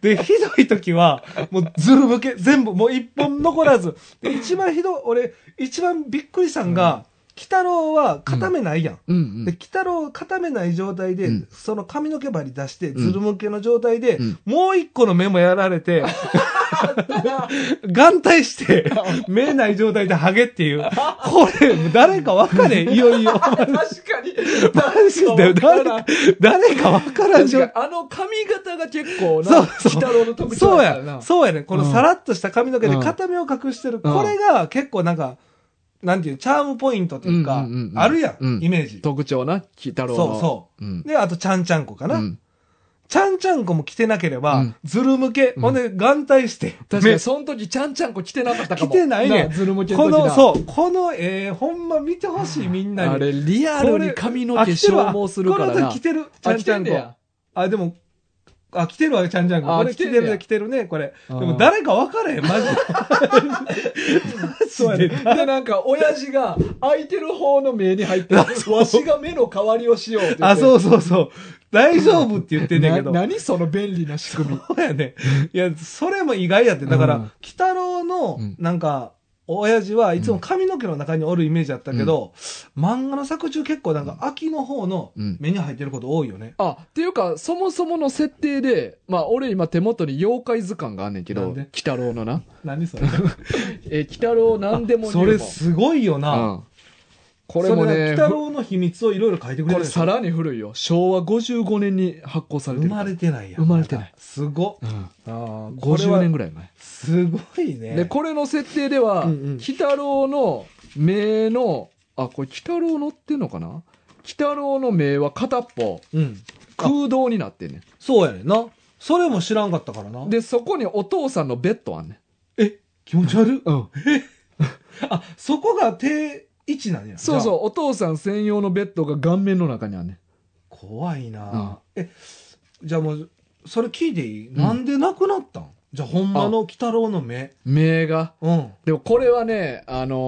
S3: で、ひどい時は、もうずる向け、全部、もう1本残らず。で、一番ひどい、俺、一番びっくりしたんが、鬼太郎は固めないやん。
S2: うんう
S3: で、鬼
S2: ん。
S3: 太郎固めない状態で、
S2: うん
S3: その髪の毛針出して、
S2: ん
S3: ずる向けの状態で、
S2: うん
S3: もう一個の目もやられて、眼帯して、目ない状態でハゲっていう。これ、誰かわかれん、いよいよ。
S2: 確かに。
S3: マジで、誰か、誰かわからん
S2: 確
S3: 状
S2: かに
S3: 態。
S2: あの髪型が結構
S3: そ
S2: な、
S3: うそう
S2: 北郎の特徴
S3: そう
S2: だからな。
S3: や、そうやね。こ
S2: う
S3: の
S2: ん
S3: さらっとした髪の毛で
S2: うん
S3: 片目を隠してる。これが結構なんか、なんていう、チャームポイントという
S2: う
S3: か
S2: んうんうんうん、
S3: あるや
S2: うん
S3: ん、イメージ。
S2: 特徴な、北郎の。。
S3: そうそう
S2: うん。
S3: で、あと、ちゃんちゃんこかな。
S2: うん
S3: ちゃんちゃんこも着てなければ、
S2: うん
S3: ずるむけ、ほんで、眼帯して、
S2: 確か
S3: め
S2: に、その時、ちゃんちゃんこ着てなかったかも。
S3: 着てないねん
S2: ずるむけの
S3: こ
S2: 時な
S3: の、そう、この、えー、ほんま見てほしい、みんなに。
S2: あれ、リアルに髪の毛消耗するから
S3: あ
S2: な。
S3: 着てるわこ
S2: あ
S3: の時着てる、ちゃんちゃんこ。あ、でも、あ、着てるわ、ちゃんちゃんこ。
S2: あ
S3: これ着
S2: 着て
S3: て
S2: んねや
S3: るね、着てるね、これ。で
S2: で
S3: も誰か分からへん、マジで。
S2: *laughs* そうやね。で、なんか、親父が、開いてる方の目に
S3: *laughs*
S2: 入って、わしが目の代わりをしようって言って。
S3: *laughs* あ、
S2: う
S3: そうそうそう。大丈夫って言ってんねんけど。
S2: 何その便利な仕組み。
S3: そうやね。いや、それも意外やって。だから、
S2: うん
S3: 鬼太郎の
S2: うん、
S3: なんか、親父はいつも髪の毛の中におるイメージだったけど、漫画の作中結構なんか秋の方の
S2: うん
S3: 目に入ってること多いよね。
S2: あ、っていうか、そもそもの設定で、まあ、俺今手元に妖怪図鑑があんねんけ
S3: な
S2: ど、
S3: んで
S2: 鬼太郎のな。
S3: 何
S2: *laughs*
S3: それ。
S2: えー、鬼太郎なんでも
S3: そ
S2: 入
S3: れ
S2: 門
S3: すごいよ
S2: う
S3: な。
S2: ん。これも
S3: そ
S2: ね、
S3: 鬼太郎の秘密をいろいろ書いてくれる
S2: これ
S3: でしょ
S2: さらに古いよ。昭和55年に発行されて
S3: 生
S2: るから。
S3: まれてないやん
S2: 生まれてない。
S3: すごっ。
S2: うん。
S3: ああ、これ
S2: 50
S3: は
S2: 年、ぐらい前。
S3: すごいね。
S2: で、これの設定では、
S3: うん
S2: 鬼、
S3: うん
S2: 太郎の目の、あ、これ鬼太郎乗ってんのかな鬼太郎の目は片っぽ
S3: うん。
S2: 空洞になってんね。。
S3: そうやねんな。それも知らんかったからなん
S2: で、そこにお父さんのベッドあんねん。
S3: え、気持ち悪っ。
S2: うん。
S3: *laughs* あ、そこが定位置なんや。
S2: そう
S3: じゃ
S2: そ
S3: あ。
S2: う、お父さん専用のベッドが顔面の中にあんねん。
S3: 怖いな、え、じゃあもう、それ聞いていい、なんでなくなったんじゃあ、ほんまの鬼太郎の目。
S2: 目が。
S3: うん。
S2: でもこれはね、あのー、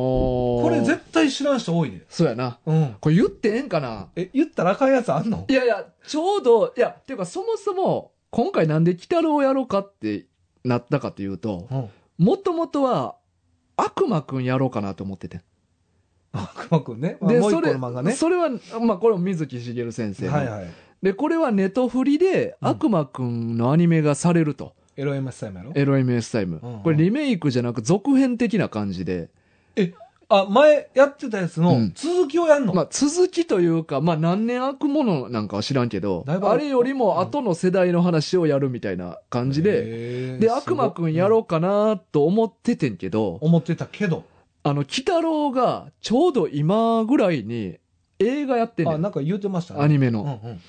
S3: これ絶対知らん人多いで。
S2: そうやな。
S3: うん。
S2: これ言ってええんかな
S3: え、言ったらあかんやつあんの
S2: いやいや、ちょうど、いや、ていうかそもそも、今回なんで鬼太郎をやろうかってなったかというと、
S3: うん。
S2: もともとは、悪魔くんやろうかなと思ってて。
S3: 悪魔くんね。まあ
S2: で、
S3: もう一
S2: そ
S3: 個
S2: れ、
S3: の漫画ね。
S2: それは、まあこれも水木しげる先生の、
S3: はいはい。
S2: で、これはネトフリで、
S3: うん
S2: 悪魔くんのアニメがされると。
S3: エロエマスタイムやろ
S2: エロ MS タイム、
S3: うんうん
S2: これリメイクじゃなく続編的な感じで、
S3: あ、前やってたやつ
S2: う
S3: の
S2: ん
S3: 続きをやんの、
S2: まあ続きというか、まあ何年悪ものなんかは知らんけど、
S3: だいぶ
S2: あれよりも後の世代の話をやるみたいな感じで、
S3: で
S2: で、悪魔くんやろうかなと思っててんけど、
S3: 思ってたけど。
S2: あの、鬼太郎がちょうど今ぐらいに映画やってんね
S3: あ、
S2: ん。
S3: なんか言うてましたね。
S2: アニメ
S3: うんう
S2: の。
S3: ん。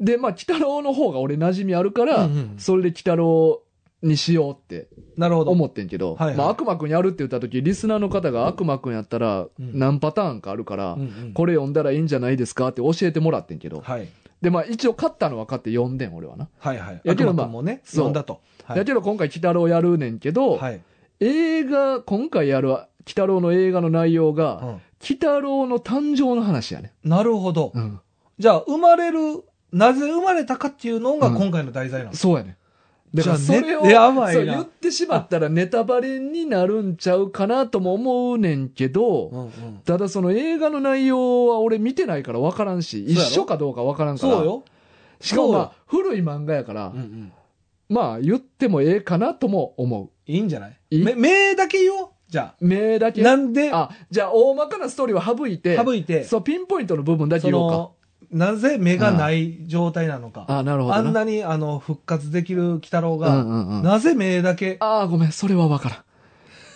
S2: で、まあ、鬼太郎の方が俺馴染みあるから、
S3: うんうん
S2: それで鬼太郎にしようって
S3: なるほど。
S2: 思ってんけど、
S3: はいはい
S2: まあ、悪魔くんやるって言った時、リスナーの方が悪魔くんやったら
S3: うん
S2: 何パターンかあるから、
S3: うんうん
S2: これ読んだらいいんじゃないですかって教えてもらってんけど、
S3: はい。
S2: で、まあ、一応買ったのは買って読んでん、俺はな。
S3: はいはい。
S2: やけど
S3: 悪
S2: ま
S3: 魔
S2: あ
S3: くんもね、
S2: そう
S3: 読んだと。はい
S2: だけど今回鬼太郎やるねんけど、
S3: はい。
S2: 映画、今回やる鬼太郎の映画の内容が、
S3: うん
S2: 鬼太郎の誕生の話やね。
S3: なるほど。
S2: うん。
S3: じゃあ、生まれる、なぜ生まれたかっていうのが今回の題材なの、
S2: そうやね。だから
S3: じ
S2: そ
S3: ゃあ
S2: れを、
S3: ねやばいな
S2: そう言ってしまったらネタバレになるんちゃうかなとも思うねんけど、
S3: んうん
S2: ただその映画の内容は俺見てないから分からんし、
S3: そう
S2: 一
S3: やろ
S2: 緒かどうか分からんから。
S3: そうよ。
S2: しかもま
S3: そ
S2: あ、古い漫画やから、
S3: うんうん
S2: まあ言ってもええかなとも思
S3: いいんじゃない
S2: いい
S3: め目だけ言おう。じゃ
S2: う。目だ
S3: あ。
S2: け。
S3: なんで、
S2: あ、じゃあ大まかなストーリーは省いて、
S3: 省いて、
S2: そう、ピンポイントの部分だけ
S3: そ
S2: 言おうか。
S3: の、なぜ目がない状態なのか。
S2: あ、なるほど
S3: あ
S2: な。
S3: んなに、あの、復活できる鬼太郎
S2: うん
S3: が、
S2: うんうん。
S3: なぜ目だけ、
S2: ああ、ごめん、それはわからん。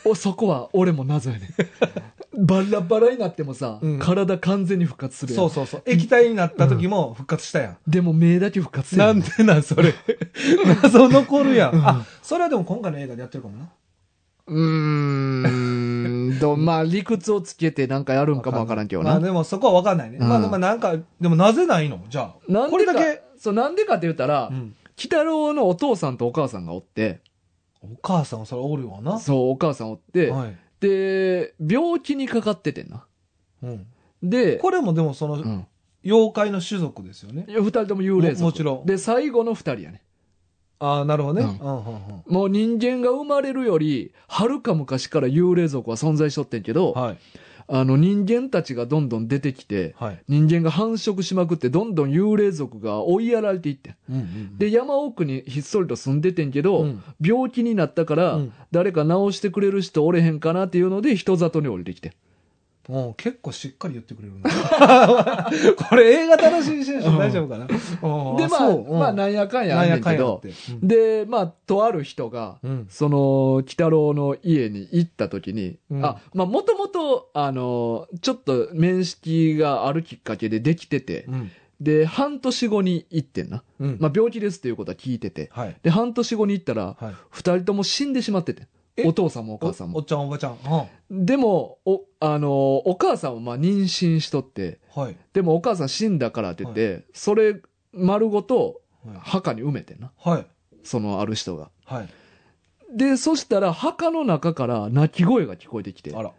S2: お、そこは俺も謎やね
S3: *laughs*
S2: ん。バラバラになってもさ、
S3: うん
S2: 体完全に復活するやん
S3: そうそうそう、液体になった時も復活したやん。
S2: でも目だけ復活せえへ
S3: なん
S2: ん
S3: でなん、それ。 *laughs* 謎残るやん。あ、それはでも今回の映画でやってるかもな。
S2: うーん、ど、 *laughs* まあ理屈をつけてなんかやるんかもわからんけど
S3: まあ
S2: な。
S3: でもそこは分かんないね。
S2: うん
S3: まあでもなんか、でもなぜないのじゃあ。
S2: なん
S3: これ
S2: でか
S3: だけ。、
S2: そう、なんでかって言ったら、
S3: う
S2: 鬼
S3: ん
S2: 太郎のお父さんとお母さんがおって、
S3: お母さんはそれおるわな。
S2: そう、お母さんおって、
S3: はい。
S2: で、病気にかかっててんな。
S3: うん。
S2: で、
S3: これもでもその
S2: う、ん。
S3: 妖怪の種族ですよね。
S2: いや二人とも幽霊族
S3: ももちろん
S2: で、最後の二人やね。
S3: ああ、なるほどね。
S2: うん
S3: うん、うん、
S2: もう人間が生まれるより、はるか昔から幽霊族は存在しとってんけ
S3: うん。
S2: ど、
S3: はい。
S2: あの人間たちがどんどん出てきて、
S3: はい。
S2: 人間が繁殖しまくって、どんどん幽霊族が追いやられていってん。
S3: うん、うん。
S2: で、山奥にひっそりと住んでてんけど、
S3: うん
S2: 病気になったから、
S3: うん
S2: 誰か治してくれる人おれへんかなっていうので、人里に降りてきてん。
S3: もう結構しっかり言ってくれるな *laughs* これ映画楽しみにしてる人大丈夫かな。
S2: で、まあ、まあ、
S3: な
S2: なんやかんやあ
S3: ん
S2: んね
S3: や
S2: ん
S3: かん
S2: け
S3: やっ
S2: ど、
S3: て。
S2: で、まあ、とある人が、
S3: うん。
S2: その、鬼太郎の家に行った時に、
S3: うん
S2: あ、まあ、もともと、あの、ちょっと面識があるきっかけでできてて、
S3: うん。
S2: で、半年後に行ってんな。
S3: うん
S2: まあ、病気ですっていうことは聞いてて。
S3: はい。
S2: で、半年後に行ったら、
S3: はい。
S2: 二人とも死んでしまってて。
S3: え
S2: お父さんもお
S3: お
S2: 母さん
S3: お
S2: も。
S3: っちゃん、おばちゃん。う
S2: でも、お、あのーお母さんはまあ妊娠しとって、
S3: ん。はい。
S2: でもお母さん死んだからって言って、それ丸ごと
S3: は
S2: 墓に埋めてんな。
S3: い。
S2: そのある人が。
S3: はい。
S2: で、そしたら墓の中から泣き声が聞こえてきて。
S3: あら。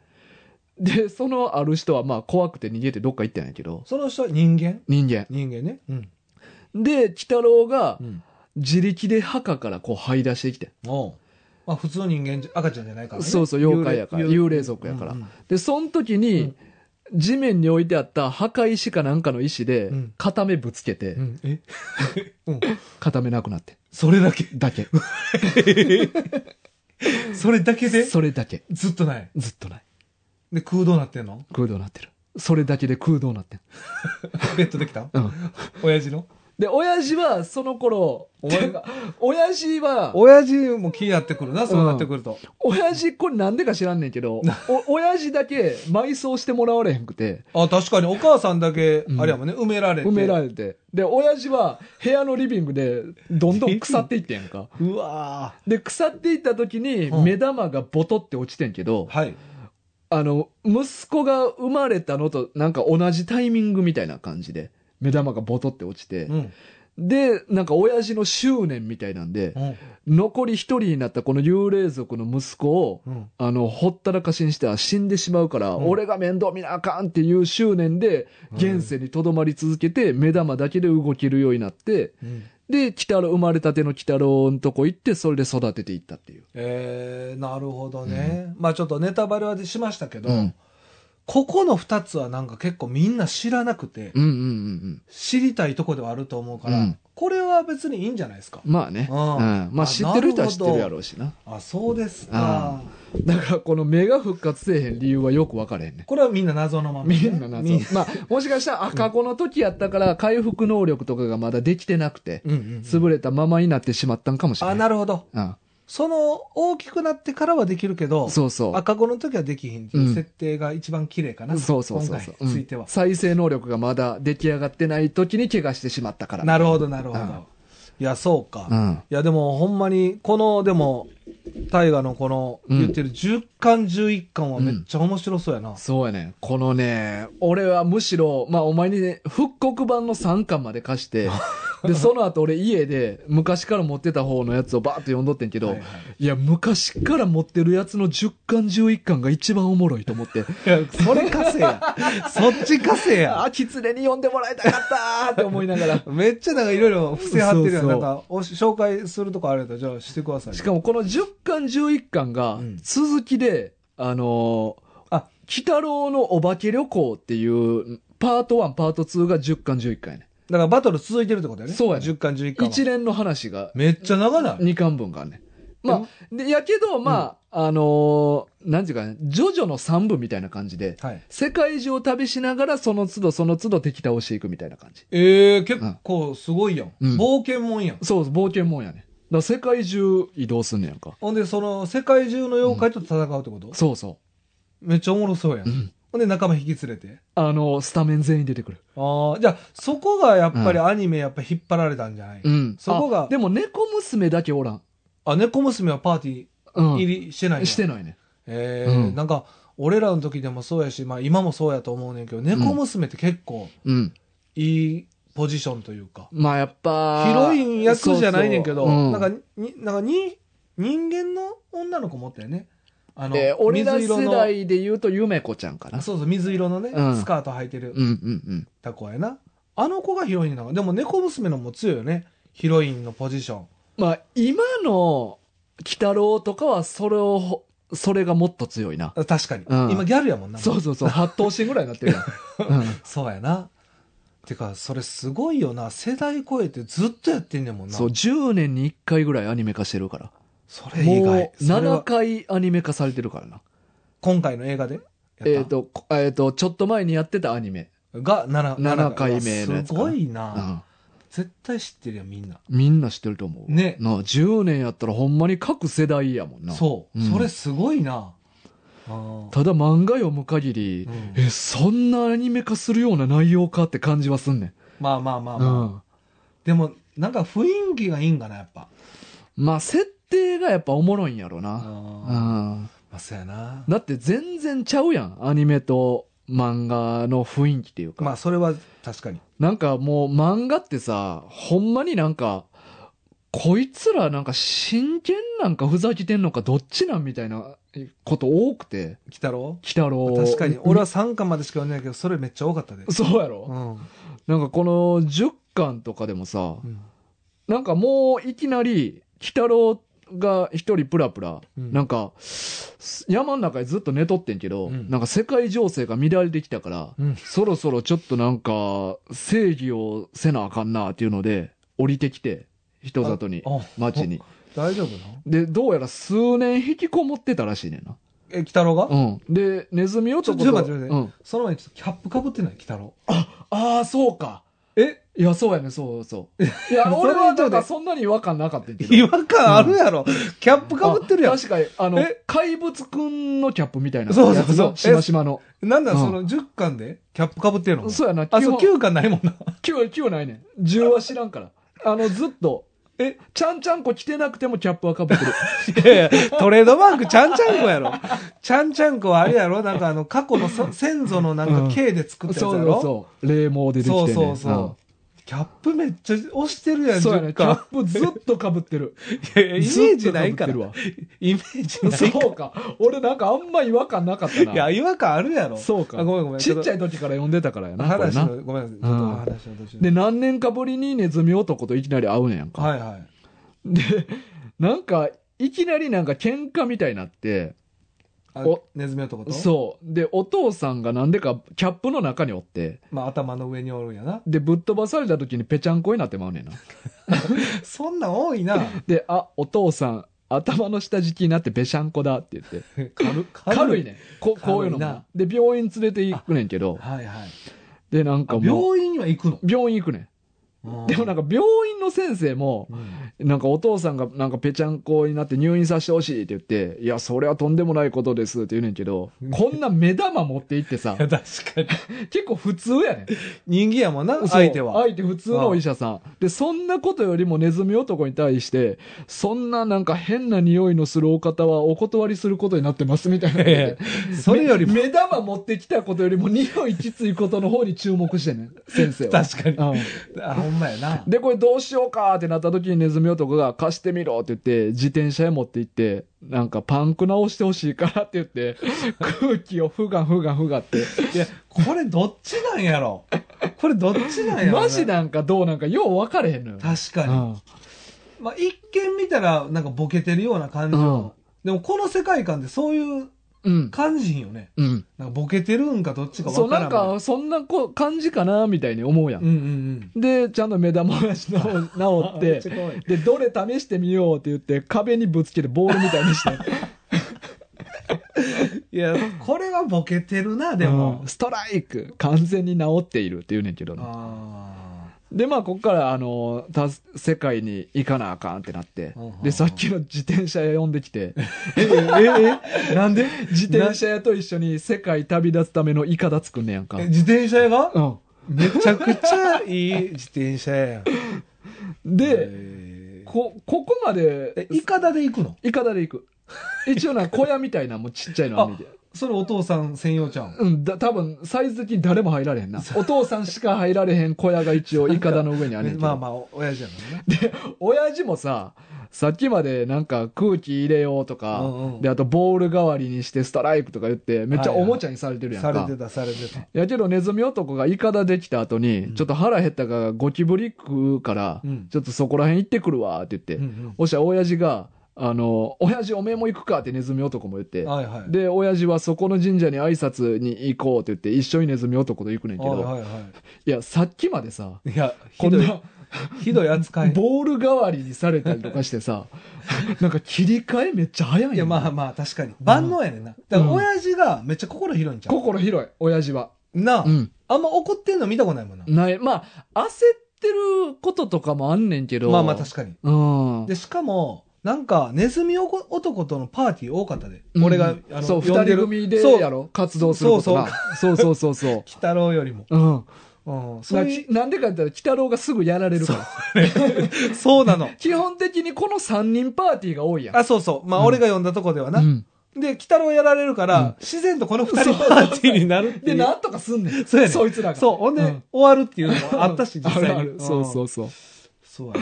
S2: で、そのある人はまあ怖くて逃げてどっか行ったんやけど、
S3: その人は人間
S2: 人間。
S3: 人間ね。うん。
S2: で、鬼太郎が
S3: うん。
S2: 自力で墓からこう這い出してきて。
S3: おうまあ、普通の人間じゃ、赤ちゃんじゃないからね。
S2: そうそう、妖怪やから、
S3: 幽
S2: 幽
S3: 霊
S2: 霊族やから。
S3: うんうん
S2: で、その時
S3: う
S2: に
S3: ん、
S2: 地面に置いてあった墓石かなんかの石で
S3: うん、
S2: 片目ぶつけて
S3: う、ん。えうん。
S2: 片目なくなって。
S3: *laughs* それだけ。
S2: だけ。
S3: それだけで
S2: それだけ。
S3: ずっとない。
S2: ずっとない。
S3: で、空洞なってん *laughs* の
S2: 空洞なってる。それだけで空洞なってん
S3: ベッドできたん
S2: うん。
S3: 親父の
S2: で、親父は、その頃、
S3: お前 *laughs* が。
S2: 親父は、
S3: 親父も気になってくるな、そうなってくると。
S2: 親父、これなんでか知らんねんけど、
S3: *laughs*
S2: お、親父だけ埋葬してもらわれへんくて、
S3: あ、確かにお母さんだけ
S2: う、ん
S3: あれやもんね、埋められて。
S2: 埋められて。で、親父は部屋のリビングで、どんどん腐っていってんやん
S3: *laughs*
S2: か。
S3: うわ
S2: で、腐っていった時に
S3: うん、
S2: 目玉がボトって落ちてんけど、
S3: ーはい。
S2: あの、息子が生まれたのと、なんか同じタイミングみたいな感じで、目玉がボトって落ちて
S3: う、ん。
S2: で、なんか親父の執念みたいなんで
S3: う、ん。
S2: 残り一人になったこの幽霊族の息子を、
S3: うん。
S2: あの、ほったらかしにしては死んでしまうから、
S3: うん
S2: 俺が面倒見なあかんっていう執念で、現世にとどまり続けて、目玉だけで動けるようになって、
S3: うん
S2: で、鬼太郎、生まれたての鬼太郎のとこ行って、それで育てていったっていう。
S3: えー、なるほどね。まあちょっとネタバレはしましたけど、
S2: うん
S3: ここの二つはなんか結構みんな知らなくて、
S2: うんうんうん
S3: 知りたいとこではあると思うから、
S2: うん
S3: これは別にいいんじゃないですか
S2: う。ん。まあね。
S3: う
S2: うんん。
S3: あ
S2: まあ知ってる人は知ってるやろうしな。
S3: あ、そうですか。
S2: だからこの目が復活せえへん理由はよく分かれへんね。
S3: これはみんな謎のままね、
S2: みんな
S3: み
S2: 謎
S3: ん。
S2: まあ、もしかしたら赤子の時やったから回復能力とかがまだできてなくて、
S3: うんうんうん
S2: 潰れたままになってしまったんかもしれな
S3: あ、
S2: い。
S3: なるほど。
S2: うん
S3: その、大きくなってからはできるけど、
S2: そうそう。
S3: 赤子の時はできひんっていう設定が一番綺麗かな。
S2: そうそうそうそう。
S3: 今回についうて
S2: ん
S3: は。
S2: 再生能力がまだ出来上がってない時に怪我してしまったから。
S3: なるほど、なるほど。
S2: うん
S3: いや、そうか。
S2: う
S3: い
S2: ん。
S3: や、でも、ほんまに、この、でも、大河のこの、
S2: うん
S3: 言ってる10巻、11巻はめっちゃ面白そう
S2: *laughs*
S3: やな。
S2: そうやね。このね、俺はむしろ、まあお前にね、復刻版の3巻まで
S3: *laughs*
S2: 貸して、で、その後俺家で昔から持ってた方のやつをバーッと読んどってんけど、
S3: はい
S2: い
S3: はい
S2: や、昔から持ってるやつの10巻11巻が一番おもろいと思って、
S3: いやそれ稼い *laughs* や。そっち稼いや。
S2: あ、キツネに読んでもらいたかったーって思いなが
S3: *laughs*
S2: ら。
S3: めっちゃなんかいろいろ不正張ってるやん。
S2: そう
S3: な
S2: そ
S3: ん
S2: う
S3: か、おし紹介するとこあるやったら、じゃあしてください。
S2: しかもこの10巻11巻が
S3: うん
S2: 続きで、あのー、
S3: あ、
S2: 鬼太郎のお化け旅行っていう、パート1、パート2が10巻11巻やね。
S3: だからバトル続いてるってことやね。
S2: そうやね
S3: 10巻、11巻は。
S2: 一連の話が
S3: めっちゃ長ない。
S2: 2巻分があんねん。まあ、で、やけど、まあ、あのー、なんていうかね、ジョジョの3部みたいな感じで、
S3: はい。
S2: 世界中を旅しながらその都度その都度敵倒していくみたいな感じ。
S3: ええ結構すごいやん。
S2: うん
S3: 冒険もんやん。
S2: そうそう、冒険もんやね。だから世界中移動すんねやんか。
S3: ほんで、その、世界中の妖怪と戦うってこと、
S2: そうそう。
S3: めっちゃおもろそうやん。
S2: うん
S3: ほんで、仲間引き連れて。
S2: あの、スタメン全員出てくる。
S3: ああ、じゃあ、そこがやっぱりアニメやっぱ引っ張られたんじゃない、
S2: うん。
S3: そこが
S2: あでも、猫娘だけおらん。
S3: あ、猫娘はパーティ
S2: う
S3: ー
S2: ん。
S3: 入りしてない、んや、
S2: してないね。
S3: ええ
S2: うん
S3: なんか、俺らの時でもそうやし、まあ今もそうやと思うねんけど、猫娘って結構
S2: うん。
S3: いいポジションというか、
S2: まあ、やっぱ。
S3: ヒロイン役じゃないねんけど、
S2: そうそううん
S3: なんかに、なんかに、人間の女の子持ったよね。あの、
S2: えー俺ら
S3: 水色
S2: 世
S3: の
S2: 代で言うと、ゆめこちゃんかな。
S3: そうそう、水色のね、
S2: うん
S3: スカート履いてる
S2: うんうん
S3: た子やな。あの子がヒロインなの。でも猫娘のも強いよね。ヒロインのポジション。
S2: うん。まあ、今の、鬼太郎とかは、それをほ、それがもっと強いな。
S3: あ確かに。
S2: うん
S3: 今ギャルやもんな。
S2: そうそうそう、八頭身ぐらいになってるやん。うん
S3: *laughs* そうやな。てか、それすごいよな。世代超えてずっとやってんねんもんな。
S2: そう、10年に1回ぐらいアニメ化してるから。
S3: それ以
S2: もう、
S3: 外。それ
S2: 7
S3: は
S2: 回アニメ化されてるからな。
S3: 今回の映画でやった
S2: えっ、と、こえっ、と、ちょっと前にやってたアニメ。
S3: が 7,
S2: 7回目のやつ
S3: す
S2: かな
S3: ごいうな。
S2: ん。
S3: 絶対知ってるやん、みんな。
S2: みんな知ってると思う。
S3: ね
S2: なあ、10年やったらほんまに各世代やもんな。
S3: そう。
S2: ん
S3: それすごいな。あー
S2: ただ漫画読む限り、
S3: うん
S2: え、そんなアニメ化するような内容かって感じはすんねん。
S3: まあまあまあ
S2: う
S3: まあ。
S2: ん。
S3: でも、なんか雰囲気がいいんかな、やっぱ。
S2: まあ、設定がやっぱおもろいんやろな。う
S3: ま
S2: ん。
S3: あ、そうやな。
S2: だって全然ちゃうやん。アニメと漫画の雰囲気っていうか。
S3: まあ、それは確かに。
S2: なんかもう漫画ってさ、ほんまになんか、こいつらなんか真剣なんかふざけてんのかどっちなんみたいなこと多くて、
S3: 鬼太郎
S2: 鬼太郎。
S3: 確かに。俺は3巻までしか読んでないけど、それめっちゃ多かったで。
S2: *laughs* そうや
S3: う
S2: ろ、
S3: ん。
S2: なんかこの10巻とかでもさ、
S3: うん
S2: なんかもういきなり、鬼太郎が一人プラプラ、
S3: うん
S2: なんか、山の中でずっと寝とってんけど、
S3: うん
S2: なんか世界情勢が乱れてきたから、
S3: うん
S2: そろそろちょっとなんか、正義をせなあかんなっていうので、降りてきて、人里に
S3: あ、
S2: 町に。
S3: 大丈夫な
S2: で、どうやら数年引きこもってたらしいねんな。
S3: え、鬼太郎が
S2: うん。で、ネズミ男と。
S3: ちょちょっと待ってちょっと
S2: うん。
S3: その前にちょっとキャップかぶってない、鬼太郎。
S2: ああ、そうか。
S3: え
S2: いや、そうやね、そうそう。
S3: *laughs*
S2: い
S3: それ
S2: や、
S3: は
S2: 俺はなん
S3: ちょっ
S2: か
S3: と
S2: そんなに違和感なかったんやけど。
S3: 違和感あるやろ。キャップかぶってるや
S2: あ
S3: ん。
S2: 確かに、あの
S3: え、
S2: 怪物くんのキャップみたいな。
S3: そうそうそう
S2: やつなしましまの。
S3: なんだ、
S2: うん
S3: その10巻でキャップかぶってるの
S2: そうやな、
S3: あ、そう、
S2: 9
S3: 9巻ないもんな。、
S2: 9、9ないねん。10は知らんから。あの、ずっと、え、ちゃんちゃんこ着てなくてもキャップはか *laughs* ぶってる。
S3: いやいや、トレードマークちゃんちゃんこやろ。ちゃんちゃんこはあれやろなんかあの、過去のそ先祖のなんか系で作ったやつや
S2: そうそう
S3: ろ、
S2: そう。霊毛でできてんねん
S3: そうそうそうキャップめっちゃ押してるや
S2: うん
S3: ん、
S2: そうやね、
S3: 10
S2: キャッ
S3: 巻。
S2: プずっとかぶってる。
S3: いやいやイメージないから。イ
S2: *laughs* ず
S3: メ
S2: っと
S3: ージな
S2: 被って
S3: い
S2: る
S3: か
S2: わそうか。俺なんかあんま違和感なかった
S3: ら。
S2: な。
S3: いや、違和感あるやろ。
S2: そうか
S3: あごめんごめん。
S2: ちっちゃ
S3: い
S2: い時から読んでたからやな。これ
S3: 話
S2: な
S3: の、ごめんなさい。ちょっとお話の途中
S2: で、何年かぶりにネズミ男といきなり会うねんやんか。
S3: はいはい。
S2: で、なんか、いきなりなんか喧嘩みたいになって、
S3: あ
S2: お
S3: ネズミ男と
S2: そう。で、お父さんがなんでかキャップの中におって、
S3: まあ頭の上におるんやな。
S2: で、ぶっ飛ばされた時にぺちゃんこになってまうねんな。
S3: そんなん多
S2: *laughs*
S3: いな。
S2: で、あ、お父さん、頭の下敷きになってぺちゃんこだって言って。
S3: 軽
S2: 軽い。ねん。ここう
S3: 軽
S2: いう
S3: いな
S2: のもな。で、病院連れて行くねんけど、
S3: はいはい。
S2: で、なん
S3: あ
S2: かもう、
S3: 病院には行くの
S2: 病院行くねん。でもなんんか病院の先生も、
S3: うん
S2: なんかお父さんがなんかぺちゃんこになって入院させてほしいって言って、いや、それはとんでもないことですって言うねんけど、こんな目玉持って行ってさ *laughs*
S3: い、や、確かに。
S2: 結構普通やねん。
S3: 人気やもんな、
S2: そう
S3: 相手は。
S2: 相手普通のお医者さん。で、そんなことよりもネズミ男に対して、そんななんか変な匂いのするお方はお断りすることになってますみたいな。
S3: いやいやそれよ
S2: *laughs*
S3: りも、
S2: 目目玉持ってきたことよりも匂いきついことの方に注目してんね
S3: *laughs*
S2: ん、先生は。
S3: 確かに。
S2: うん
S3: あ、ほんまやな。
S2: で、これどうしようかってなった時にネズミ男が貸してみろって言って、自転車へ持って行って、なんかパンク直してほしいからって
S3: *laughs*
S2: 言って、空気をふがんふがんふがって。
S3: いや、これどっちなんやろ。これどっちなんやろな。
S2: マジなんかどうなんかよう分かれへんのよ。
S3: 確か
S2: う
S3: に。
S2: ん
S3: まあ、一見見たら、なんかボケてるような感じの。でも、この世界観でそういう
S2: うん。
S3: 感じひんよね。
S2: うん。
S3: なんかボケてるんかどっちか
S2: そ
S3: わ
S2: う、
S3: か
S2: な
S3: ら
S2: ん
S3: ん。
S2: か、そんなこ感じかなみたいに思うや
S3: うん
S2: ん。
S3: うんうん。
S2: で、ちゃんと目玉やし直直っ
S3: めってちゃ怖い、
S2: で、どれ試してみようって言って、壁にぶつけてボールみたいにして。
S3: いや、これはボケてるな、 *laughs* でも
S2: うん。ストライク完全に治っているって言うねんけどね。
S3: あ
S2: で、まあ、ここから、あの、たす、世界に行かなあかんってなって
S3: うんうんうん、
S2: で、さっきの自転車屋呼んでき
S3: *laughs*
S2: て、
S3: ーえ、え、え、なんで
S2: 自転車屋と一緒に世界旅立つためのイカダ作んねやんか
S3: え。自転車屋が
S2: う
S3: めちゃくちゃいい自転車屋やん。
S2: ん。で、
S3: えー
S2: こ、ここま
S3: え
S2: で、、
S3: いかだで行くの
S2: イカダで行く。 *laughs* 一応な、小屋みたいな、もうちっちゃいのあんねんで。
S3: それお父さん専用ちゃうん。
S2: うん、だ、多分、サイズ的に誰も入られへんな。お父さんしか入られへん小屋が一応、イカダの上にあんねんけど。
S3: *laughs* まあまあ、お親父やからね。
S2: で、親父もさ、さっきまでなんか空気入れようとか、
S3: うんうん
S2: で、あとボール代わりにしてストライクとか言って、めっちゃおもちゃにされてるやんか。
S3: されてた、されてた。
S2: やけどネズミ男がイカダできた後に、ちょっと腹減ったからゴキブリ食うから、
S3: うん
S2: ちょっとそこら辺行ってくるわって言って、
S3: うん
S2: おっしゃ親父が、あの、親父おめえも行くかってネズミ男も言って、
S3: うん。はいはい。
S2: で、親父はそこの神社に挨拶に行こうって言って、一緒にネズミ男と行くねんけど、
S3: はい
S2: い
S3: はいはい
S2: や、さっきまでさ、
S3: いや、
S2: こ
S3: ひど、
S2: んない
S3: ひどい扱
S2: *laughs*
S3: い。
S2: ボール代わりにされたりとかし
S3: *laughs*
S2: てさ、なんか切り替えめっちゃ早いんよ
S3: いや、まあまあ、確かに。万能やねんな。だから、親父がめっちゃ心広いんちゃう
S2: 心広い、親父は。
S3: なあ
S2: うん。
S3: あんま怒ってんの見たことないもんな。
S2: ない、まあ、焦ってることとかもあんねんけど。
S3: まあまあ、確かに。
S2: うん。
S3: で、しかも、なんか、ネズミ男とのパーティー多かったで。
S2: うん
S3: 俺が、あの、
S2: そう、
S3: 呼
S2: 二
S3: んで
S2: 人
S3: る
S2: 組で
S3: そう、 *laughs*
S2: やろ活動することが。そうそうそうそう
S3: 鬼太郎よりも。
S2: う。ん。
S3: うん、
S2: な
S3: そ
S2: ん
S3: う
S2: で
S3: い
S2: かなんでかって言ったら、鬼太郎がすぐやられるから。
S3: うそう
S2: *laughs*
S3: なの。
S2: 基本的にこの3人パーティーが多いやん。
S3: あ、そうそう。まあ、
S2: うん
S3: 俺が読んだとこではな。
S2: うん
S3: で、鬼太郎やられるから、
S2: うん
S3: 自然とこの二人パーティーになるってい
S2: で、
S3: う。
S2: なんとかすんねん。
S3: そうやねん
S2: そいつらが。
S3: そう。ほんで、
S2: うん
S3: 終わるっていうのもあったし、実際に。。
S2: *laughs* あるあるそうそううそう。
S3: そうやな。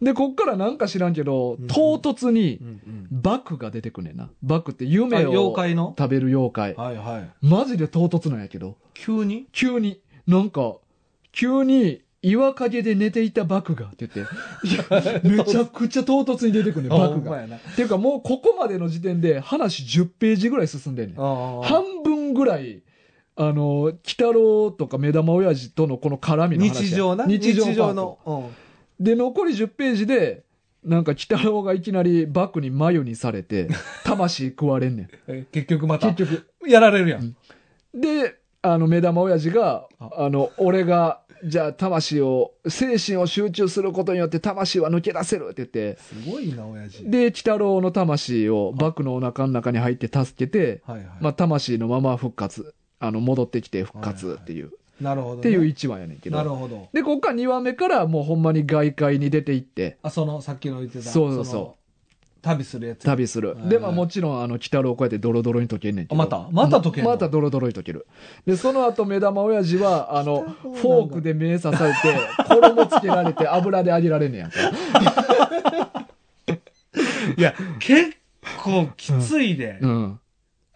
S2: で、こっからなんか知らんけど
S3: うん、
S2: 唐突に
S3: う、ん
S2: バクが出てくんねんな。バクって
S3: う
S2: 夢を
S3: 妖
S2: 食
S3: 怪の
S2: べる妖怪。
S3: はいはい。
S2: マジで唐突なんやけど。
S3: 急に
S2: 急に、なんか、急に、岩陰で寝ていたバク
S3: *laughs*
S2: がって言って、いやめちゃくちゃ唐突に出てくんねん、バクが。
S3: やな。
S2: っていうかもうここまでの時点で話10ページぐらい進んでんねん。
S3: は
S2: 半分ぐらい、あの、鬼太郎とか目玉親父とのこの絡みの話や。
S3: 日常な。
S2: 日常パート
S3: の。うん
S2: で、残り10ページで、なんか鬼太郎がいきなりバクに眉にされ
S3: *laughs*
S2: て、魂食われんねん。
S3: え結局また
S2: 結、局。
S3: やられるや
S2: うん
S3: ん。
S2: で、あの、目玉親父が、
S3: あ
S2: あの、俺が、じゃあ魂を、精神を集中することによって魂は抜け出せるって言って、
S3: すごいな、親父。
S2: で、鬼太郎の魂をバクのお腹の中に入って助けて、
S3: はいはい。
S2: まあ、魂のまま復活。あの、戻ってきて復活っていう、
S3: なるほどね。
S2: っていう1話やねんけ
S3: なる
S2: ど。
S3: ほど。
S2: で、こっから2話目からもうほんまに外界に出て行って、
S3: あ、その、さっきの言ってた。
S2: そうそうそう
S3: の旅するやつ。
S2: 旅する
S3: は。い
S2: で、まあもちろん、あの、鬼太郎をこうやってドロドロに溶けんねんけ
S3: あ
S2: ど。
S3: またまた溶けんの
S2: またドロドロに溶ける。で、その後、目玉親父は、あの、フ
S3: 汚い
S2: ォークで目刺されて、 *laughs* 衣つけられて、油で揚げられんねんやんか。
S3: いや、結構きついで。
S2: うん。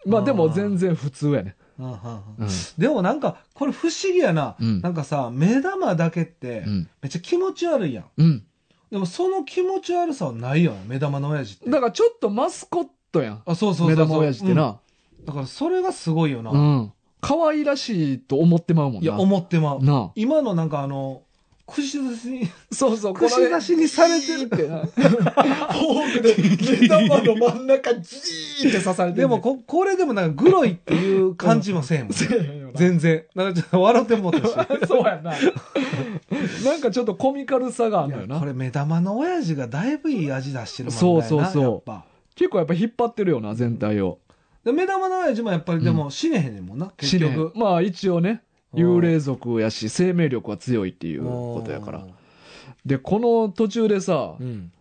S2: まあで
S3: あ
S2: も
S3: ー
S2: 全然普通やね。
S3: うんうんうん
S2: うん。
S3: でもなんか、これ不思議やな。
S2: うん
S3: なんかさ、目玉だけって
S2: う、ん。
S3: めっちゃ気持ち悪いやん。
S2: うん。
S3: でもその気持ち悪さはないよな、目玉の親父って。
S2: だからちょっとマスコットやん。
S3: あ、そうそうそうそう。
S2: 目玉親父って
S3: うん
S2: な。
S3: だからそれがすごいよな。
S2: うん。可愛らしいと思ってまうもんな。
S3: いや、思ってまう。
S2: な
S3: 今のなんかあの、串刺しに、
S2: あそうそう、
S3: 串
S2: これ
S3: 刺しにされてる
S2: ってな。フ *laughs* ォークで目玉の真ん中ギーって刺されて
S3: で *laughs*
S2: んね
S3: も
S2: ん
S3: こ、これでもなんか、グロいっていう感じもせえもん。
S2: *laughs* せえへんよな
S3: 全然。なんかちょっと笑ってもうたし。
S2: *laughs* そうやな。なんかちょっとコミカルさがあるのよ
S3: いやこ
S2: な。
S3: れ目玉の親父がだいぶいい味出してるもんね。
S2: そうそうそう
S3: やっぱ
S2: 結構やっぱ引っ張ってるよな、全体を。
S3: で目玉の親父もやっぱりでも死ねへんねんもんな、結
S2: 死ね
S3: 局。
S2: まあ一応ね、幽霊族やし、生命力は強いっていうことやから。で、この途中でさ
S3: う、ん。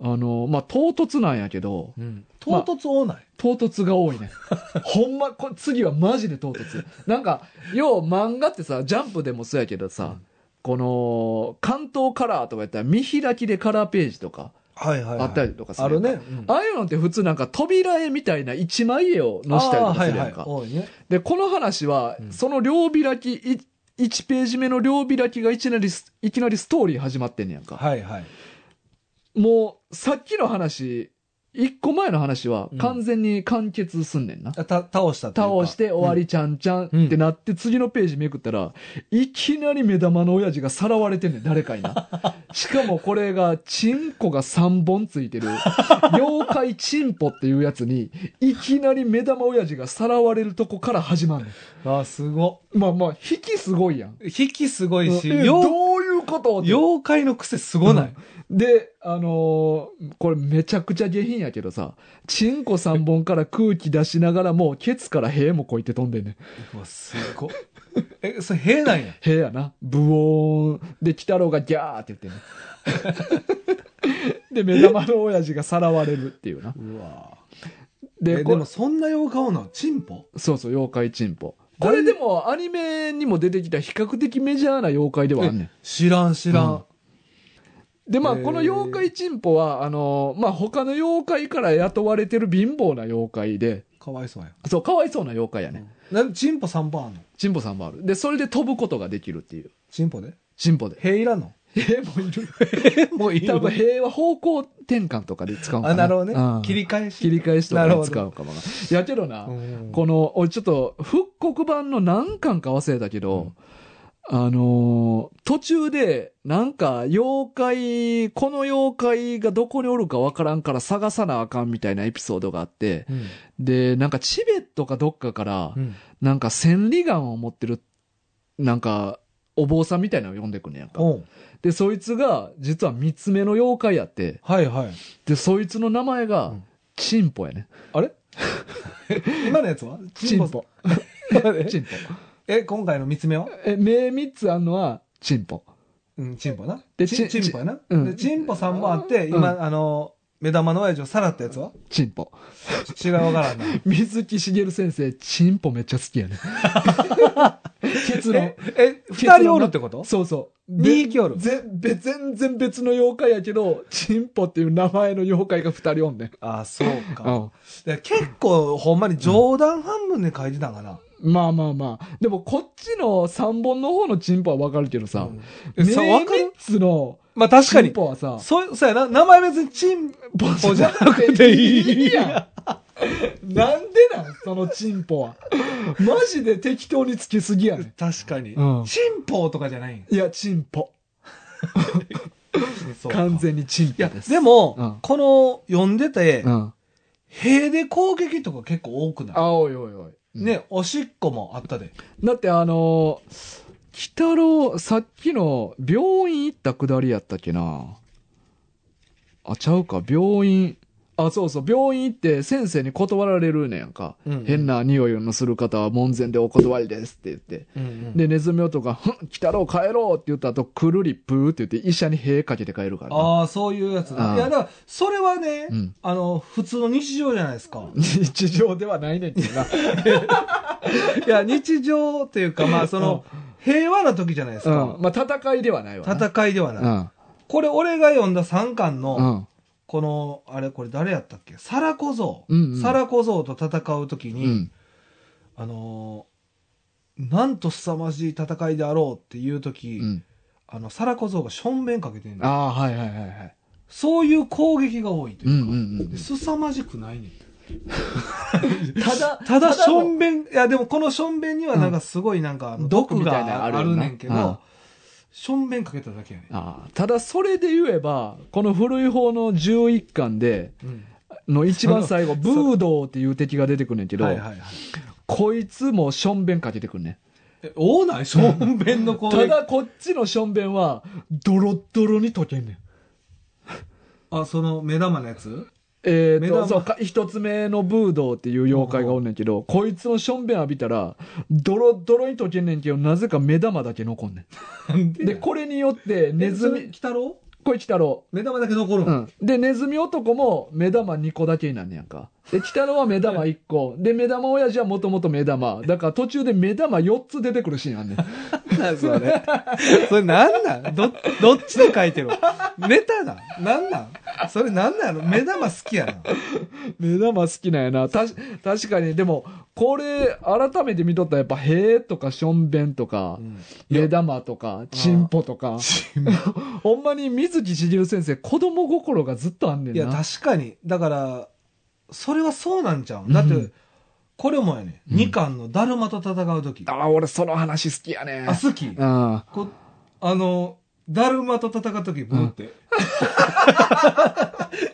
S2: あの、まあ唐突なんやけど、
S3: うん。唐突多ない。
S2: 唐突が多い
S3: *laughs*
S2: ね。ほんま、こ次はマジで唐突。なんか、よう漫画ってさ、ジャンプでもそうやけどさ、この、関東カラーとかやったら見開きでカラーページとか
S3: はいはいはい。
S2: あったりとかする
S3: あ
S2: や
S3: る
S2: んか
S3: ね。うん
S2: ああいうのって普通なんか扉絵みたいな一枚絵を載したりとかするやんか。
S3: あーはいはい多いね。
S2: で、この話は、
S3: うん
S2: その両開き、い1ページ目の両開きがいきなりス、いきなりストーリー始まってんねやんか。
S3: はいはい。
S2: もう、さっきの話、1個前の話は
S3: うん
S2: 完全に完結すんねんな。
S3: あた倒したという
S2: 倒
S3: か
S2: して終わりちゃんちゃんってなって、次のページめくったら、いきなり目玉の親父がさらわれてんねん、誰かにな。
S3: *laughs*
S2: しかもこれが、チンコが3本ついてる、妖怪チンポっていうやつに、いきなり目玉親父がさらわれるとこから始まんね
S3: うんあー、すご。
S2: ん。まあまあ、引きすごいやん。
S3: 引きすごいし、
S2: え
S3: 妖
S2: どういうことって
S3: 妖怪の癖すごない。
S2: で、あのーこれめちゃくちゃ下品やけどさ、チンコ3本から空気出しながらも、ケツから塀もこいて飛んでんねん。
S3: うわ、すご。 *laughs* え、それ兵なんや。
S2: 部屋な。ブオーン。で、鬼太郎がギャーって
S3: *laughs*
S2: 言ってね。で、目玉の親父がさらわれるっていうな。
S3: うわ。
S2: で、
S3: え
S2: こ
S3: でもそんな妖怪おんのチンポ
S2: そうそう、妖怪チンポ。これでもアニメにも出てきた比較的メジャーな妖怪ではあんねん。
S3: 知らん知らん。
S2: で、ま
S3: へ
S2: あ、
S3: ー
S2: この妖怪チンポは、あの、まあ、他の妖怪から雇われてる貧乏な妖怪で、
S3: かわいそうや。
S2: そう、かわいそうな妖怪やね。
S3: なんでチンポ3本あんの
S2: チンポさんもある。で、それで飛ぶことができるっていう。
S3: チンポで
S2: チンポで。
S3: 兵いらんの
S2: 塀もいる。
S3: もういい
S2: 多分塀は方向転換とかで使うんか
S3: *laughs*
S2: な。
S3: あ、なるほど
S2: う
S3: ね
S2: ん。
S3: 切り返し。
S2: 切り返しとか
S3: なる
S2: に
S3: ほど
S2: 使うかもな。やけどな、
S3: うん
S2: この、俺ちょっと、復刻版の何巻か忘れたけど、あのー途中で、なんか、妖怪、この妖怪がどこにおるかわからんから探さなあかんみたいなエピソードがあって、
S3: うん
S2: で、なんかチベットかどっかから、
S3: うん
S2: なんか千里眼を持ってる、なんか、お坊さんみたいなのを呼んでくんねやんか。
S3: おう
S2: で、そいつが、実は三つ目の妖怪やって、
S3: はいはい。
S2: で、そいつの名前
S3: う
S2: が
S3: ん、
S2: チンポやね。
S3: あれ今のやつは
S2: チン
S3: さん
S2: ポ。チンポ。
S3: え、今回の三つ目は
S2: え、目三つあんのは、チンポ。
S3: うん、チンポな。
S2: で
S3: チン
S2: チン
S3: チンポやな。
S2: うん
S3: で、チンポさんもあっ
S2: う
S3: て、
S2: ん
S3: 今、あの、目玉の親父をさらったやつは
S2: チンポ。
S3: 違うわからんな。
S2: 水木しげる先生、チンポめっちゃ好き
S3: *laughs*
S2: やね。結論
S3: え。、え、二人おるってこと
S2: そうそう。
S3: 二匹おる
S2: ぜべ全然別の妖怪やけど、チンポっていう名前の妖怪が二人おんねん。
S3: あ、そう
S2: う
S3: か。
S2: ん
S3: で結構、ほんまに冗談半分で書いてたんかな。
S2: まあまあまあ。でもこっちの三本の方のチンポはわかるけどさ
S3: う。んえ
S2: メイ
S3: さわか
S2: ミ
S3: る
S2: ッツの
S3: まあ、確
S2: チ
S3: か
S2: ン
S3: に。
S2: ポはさ、
S3: そう、そうやな。名前別にチンポじゃなくていいやん。
S2: なんでなんそのチンポは。マジで適当につきすぎやねん。
S3: 確かに。
S2: うん
S3: チンポとかじゃないんや
S2: いや、チンポ。
S3: そうか
S2: 完全にチン
S3: い
S2: ポ
S3: や、
S2: です。
S3: でも、
S2: うん
S3: この、読んでて、
S2: うん。
S3: 塀で攻撃とか結構多くない
S2: あ、おいおいおい。
S3: ね、おしっこもあったで。
S2: だってあのー、鬼太郎、さっきの病院行ったくだりやったっけな。あ、ちゃうか、病院。あ、そうそう、病院行って先生に断られるねやんか。
S3: うんうん
S2: 変な匂いのする方は門前でお断りですって言って。で、ネズミ男が、 *laughs* ふん、鬼太郎帰ろうって言った後、くるりぷーって言って医者に塀かけて帰るからな。
S3: ああ、そういうやつ
S2: あ
S3: だ。
S2: ー
S3: いや、だから、それはね、
S2: うん。
S3: あの、普通の日常じゃないですか
S2: *laughs* 日常ではないねんけどな。
S3: いや、日常っていうか、まあ、その、平和な時じゃないです
S2: う
S3: か
S2: ん。。まあ、戦いではないわな。
S3: 戦いでは
S2: う
S3: ない。
S2: ん。
S3: これ、俺が読んだ3巻
S2: う
S3: の、
S2: ん。
S3: この、あれ、これ誰やったっけサラ小僧
S2: うんうん。
S3: サラ小僧と戦う時
S2: う
S3: に、
S2: ん。
S3: あのーなんと凄まじい戦いであろうっていう時、
S2: うん。
S3: あの、サラ小僧が正面かけてんの。
S2: ああー、はいはいはいはい。
S3: そういう攻撃が多いと
S2: うん
S3: いううんか、
S2: うんうん
S3: で。凄まじくないねん。
S2: ただ、
S3: *laughs* ただ、しょ
S2: の
S3: んべん、いや、でもこのしょんべんにはなんかすごいなんか、あの
S2: 毒
S3: 毒
S2: みたいなの
S3: が
S2: あ
S3: あ
S2: るよな
S3: るねんけ
S2: うん
S3: ど、しょんべんかけただけやね
S2: ああただそれで言えば、この古い方の11巻で、
S3: ん。
S2: の一番最後、ブードーっていう敵が出てくんねんけど、
S3: はいはいはい。
S2: こいつもしょんべんかけてくんねん。
S3: え、多ないしょんべんの攻
S2: *laughs* た
S3: 撃。
S2: だこっちのしょんべんは、ドロッドロに溶けんねん。
S3: *laughs* あ、その目玉のやつ
S2: えー、
S3: 目
S2: と、
S3: 玉
S2: そうか、一つ目のブードーっていう妖怪がおんねんけど、こいつのしょんべん浴びたら、ドロッドロに溶けんねんけど、なぜか目玉だけ残んね
S3: なん
S2: ん。で、これによって、ネズミ、
S3: 来たろ
S2: こいたろう
S3: 目玉だけ残るの、
S2: うん、でネズミ男も目玉2個だけになんねやんかで北野は目玉1個で目玉親父はもともと目玉だから途中で目玉4つ出てくるシーンあんねん
S3: なんそれ。 *laughs* それなんなんど、どっちで書いてるネタだ。なんなんそれなんなんやろ目玉好きやな。
S2: *laughs* 目玉好きなんやなたし確かにでもこれ改めて見とったらやっぱ「へーとか「しょんべん」とか、目玉」とか「ちんぽ」とか *laughs* ほんまに水木しげる先生子供心がずっとあんねん
S3: い
S2: な
S3: や、確かに。だから、それはそうなんちゃうんだって、
S2: うん
S3: これもやね、二巻のだるまと戦う時
S2: ああ俺その話好きやね
S3: あ、好き。
S2: うん
S3: こあの、だるまと戦う時ブーって。 *laughs*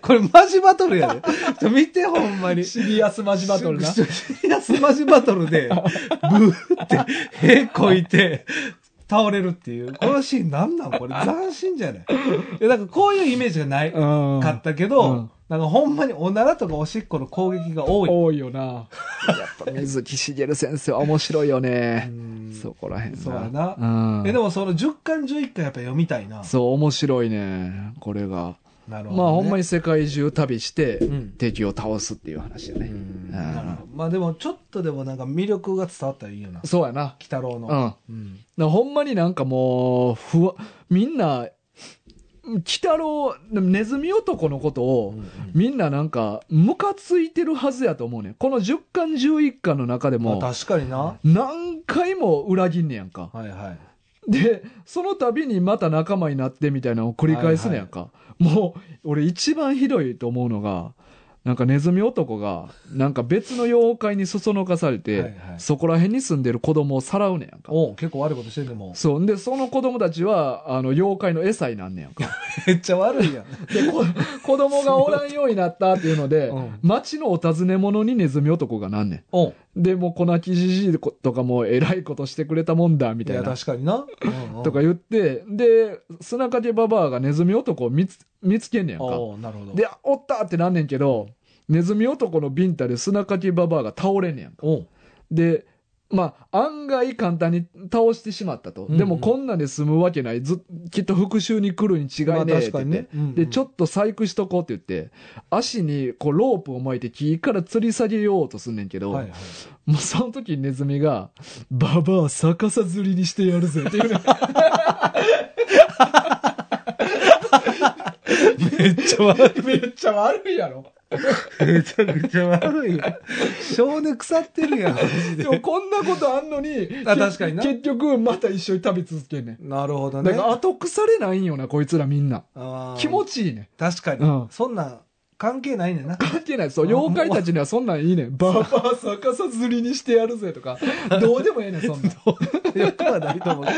S3: これマジバトルやで。ちょ見てほん *laughs* まに。
S2: シリアスマジバトルな
S3: シリアスマジバトル *laughs* で、ブーって、へこいて、倒れるっていう。このシーンなんなんこれ斬新じゃないいや、なんかこういうイメージがないか
S2: うん
S3: ったけど、
S2: うん
S3: なんかほんまにおならとかおしっこの攻撃が多い。
S2: 多いよな。やっぱ水木しげる先生は面白いよね。そこらへんな。
S3: そうやな
S2: うん
S3: えでもその10巻11巻やっぱ読みたいな。
S2: そう、面白いね。これが。
S3: なるほど、ね。
S2: まあ、ほんまに世界中旅して、
S3: ん
S2: 敵を倒すっていう話よね。うん
S3: なるほど。まあでもちょっとでもなんか魅力が伝わったらいいよな。鬼
S2: そうやな。
S3: 太郎
S2: うん。
S3: の。
S2: なほんまになんかもう、ふわ、みんな、鬼太郎、ネズミ男のことを、みんななんか、ムカついてるはずやと思うねんこの10巻11巻の中で
S3: まあ
S2: も、
S3: 確かにな。は
S2: 何回も裏切んねやんか。
S3: いはい。
S2: で、その度にまた仲間になってみたいなのを繰り返すねやんか。もう、俺一番ひどいと思うのが、なんかネズミ男が、なんか別の妖怪にそそのかされて、
S3: はいはい
S2: そこら辺に住んでる子供をさらうねやんか。
S3: おう *laughs* 結構悪いことしてんでも。
S2: そう。んで、その子供たちは、あの、妖怪の餌になんねやんか。
S3: めっちゃ悪いやん。
S2: *laughs* で、こ子供がおらんようになったっていうので、
S3: うん
S2: 町のお尋ね者にネズミ男がなんねん。
S3: おう
S2: で、もう粉木じじいとかも偉いことしてくれたもんだ、み
S3: い
S2: たい
S3: や、
S2: な。
S3: 確かにな。
S2: とか言って、で、砂かけババアがネズミ男を見つ見つけんねやんか。
S3: おうなるほど。
S2: で、あおったってなんねんけど、ネズミ男のビンタで砂かけババアが倒れんねやんか。
S3: おう
S2: で、まあ、案外簡単に倒してしまったと。
S3: うんうん
S2: でもこんなんで済むわけない。ず、きっと復讐に来るに違いねえって言って。で、ちょ
S3: っ
S2: っと細工しとこうって言って、足にこうロープを巻いて木から吊り下げようとすんねんけ
S3: と
S2: ど、
S3: はいはい、
S2: もうその時にネズミが、ババア逆さ吊りにしてやるぜっていうね。
S3: めっちゃ悪
S2: めっちゃ悪いやろ。
S3: い。めちゃくちゃ悪い
S2: *laughs*
S3: よ。性根腐ってるやん、マジ
S2: で
S3: で。
S2: もこんなことあんのに、
S3: あ確かにな
S2: 結局また一緒に旅続けんねん。
S3: なるほどね。
S2: だから後腐れないんよな、こいつらみんな。
S3: あー
S2: 気持ちいいね。
S3: 確かに、
S2: うん
S3: そんなん関係ないねんな。 *laughs*
S2: 関係ない。そう、妖怪たちにはそんなんいいねん。バーバー逆さずりにしてやるぜとか。どうでもええねん、そ
S3: *laughs*
S2: んなん。
S3: よくはないと思うけど。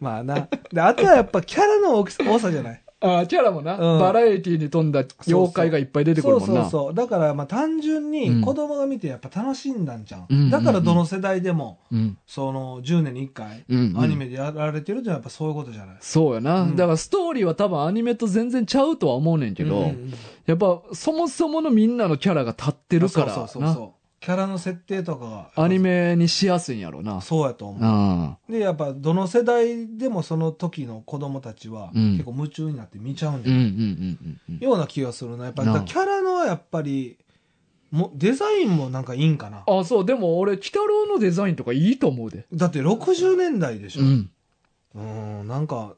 S3: まあな。で、あとはやっぱキャラの大きさ多さじゃない。
S2: あーキャラもな、
S3: うん
S2: バラエティに富んだ妖怪がいっぱい出てく
S3: そ
S2: る
S3: う
S2: もん
S3: そう
S2: な。
S3: そう。だからまあ単純
S2: うん
S3: に子供が見てやっぱ楽しんだんじゃん。
S2: うんうんうん
S3: だからどの世代でも、
S2: うん。
S3: その10年に1回、
S2: うんうん
S3: アニメでやられてるじゃやっぱそういうことじゃない。
S2: そうやな、
S3: うん
S2: だからストーリーは多分アニメと全然ちゃうとは思うねんけど、
S3: うんうん
S2: やっぱそもそものみんなのキャラが立ってるからな。
S3: そうそうそうそう。キャラの設定とかが。
S2: アニメにしやすいんやろうな。
S3: そうやと思う。
S2: あ
S3: で、やっぱどの世代でもその時の子供たちは
S2: うん
S3: 結構夢中になって見ちゃうん
S2: う
S3: じ
S2: ん
S3: ゃ
S2: うん
S3: ん。
S2: うんうんうん。
S3: ような気がするな。やっぱ
S2: なあ
S3: だからキャラのはやっぱり、もデザインもなんかいいんかな。
S2: あ、そう、でも俺、鬼太郎のデザインとかいいと思うで。
S3: だって60年代でしょ。
S2: ん。
S3: うん、なんか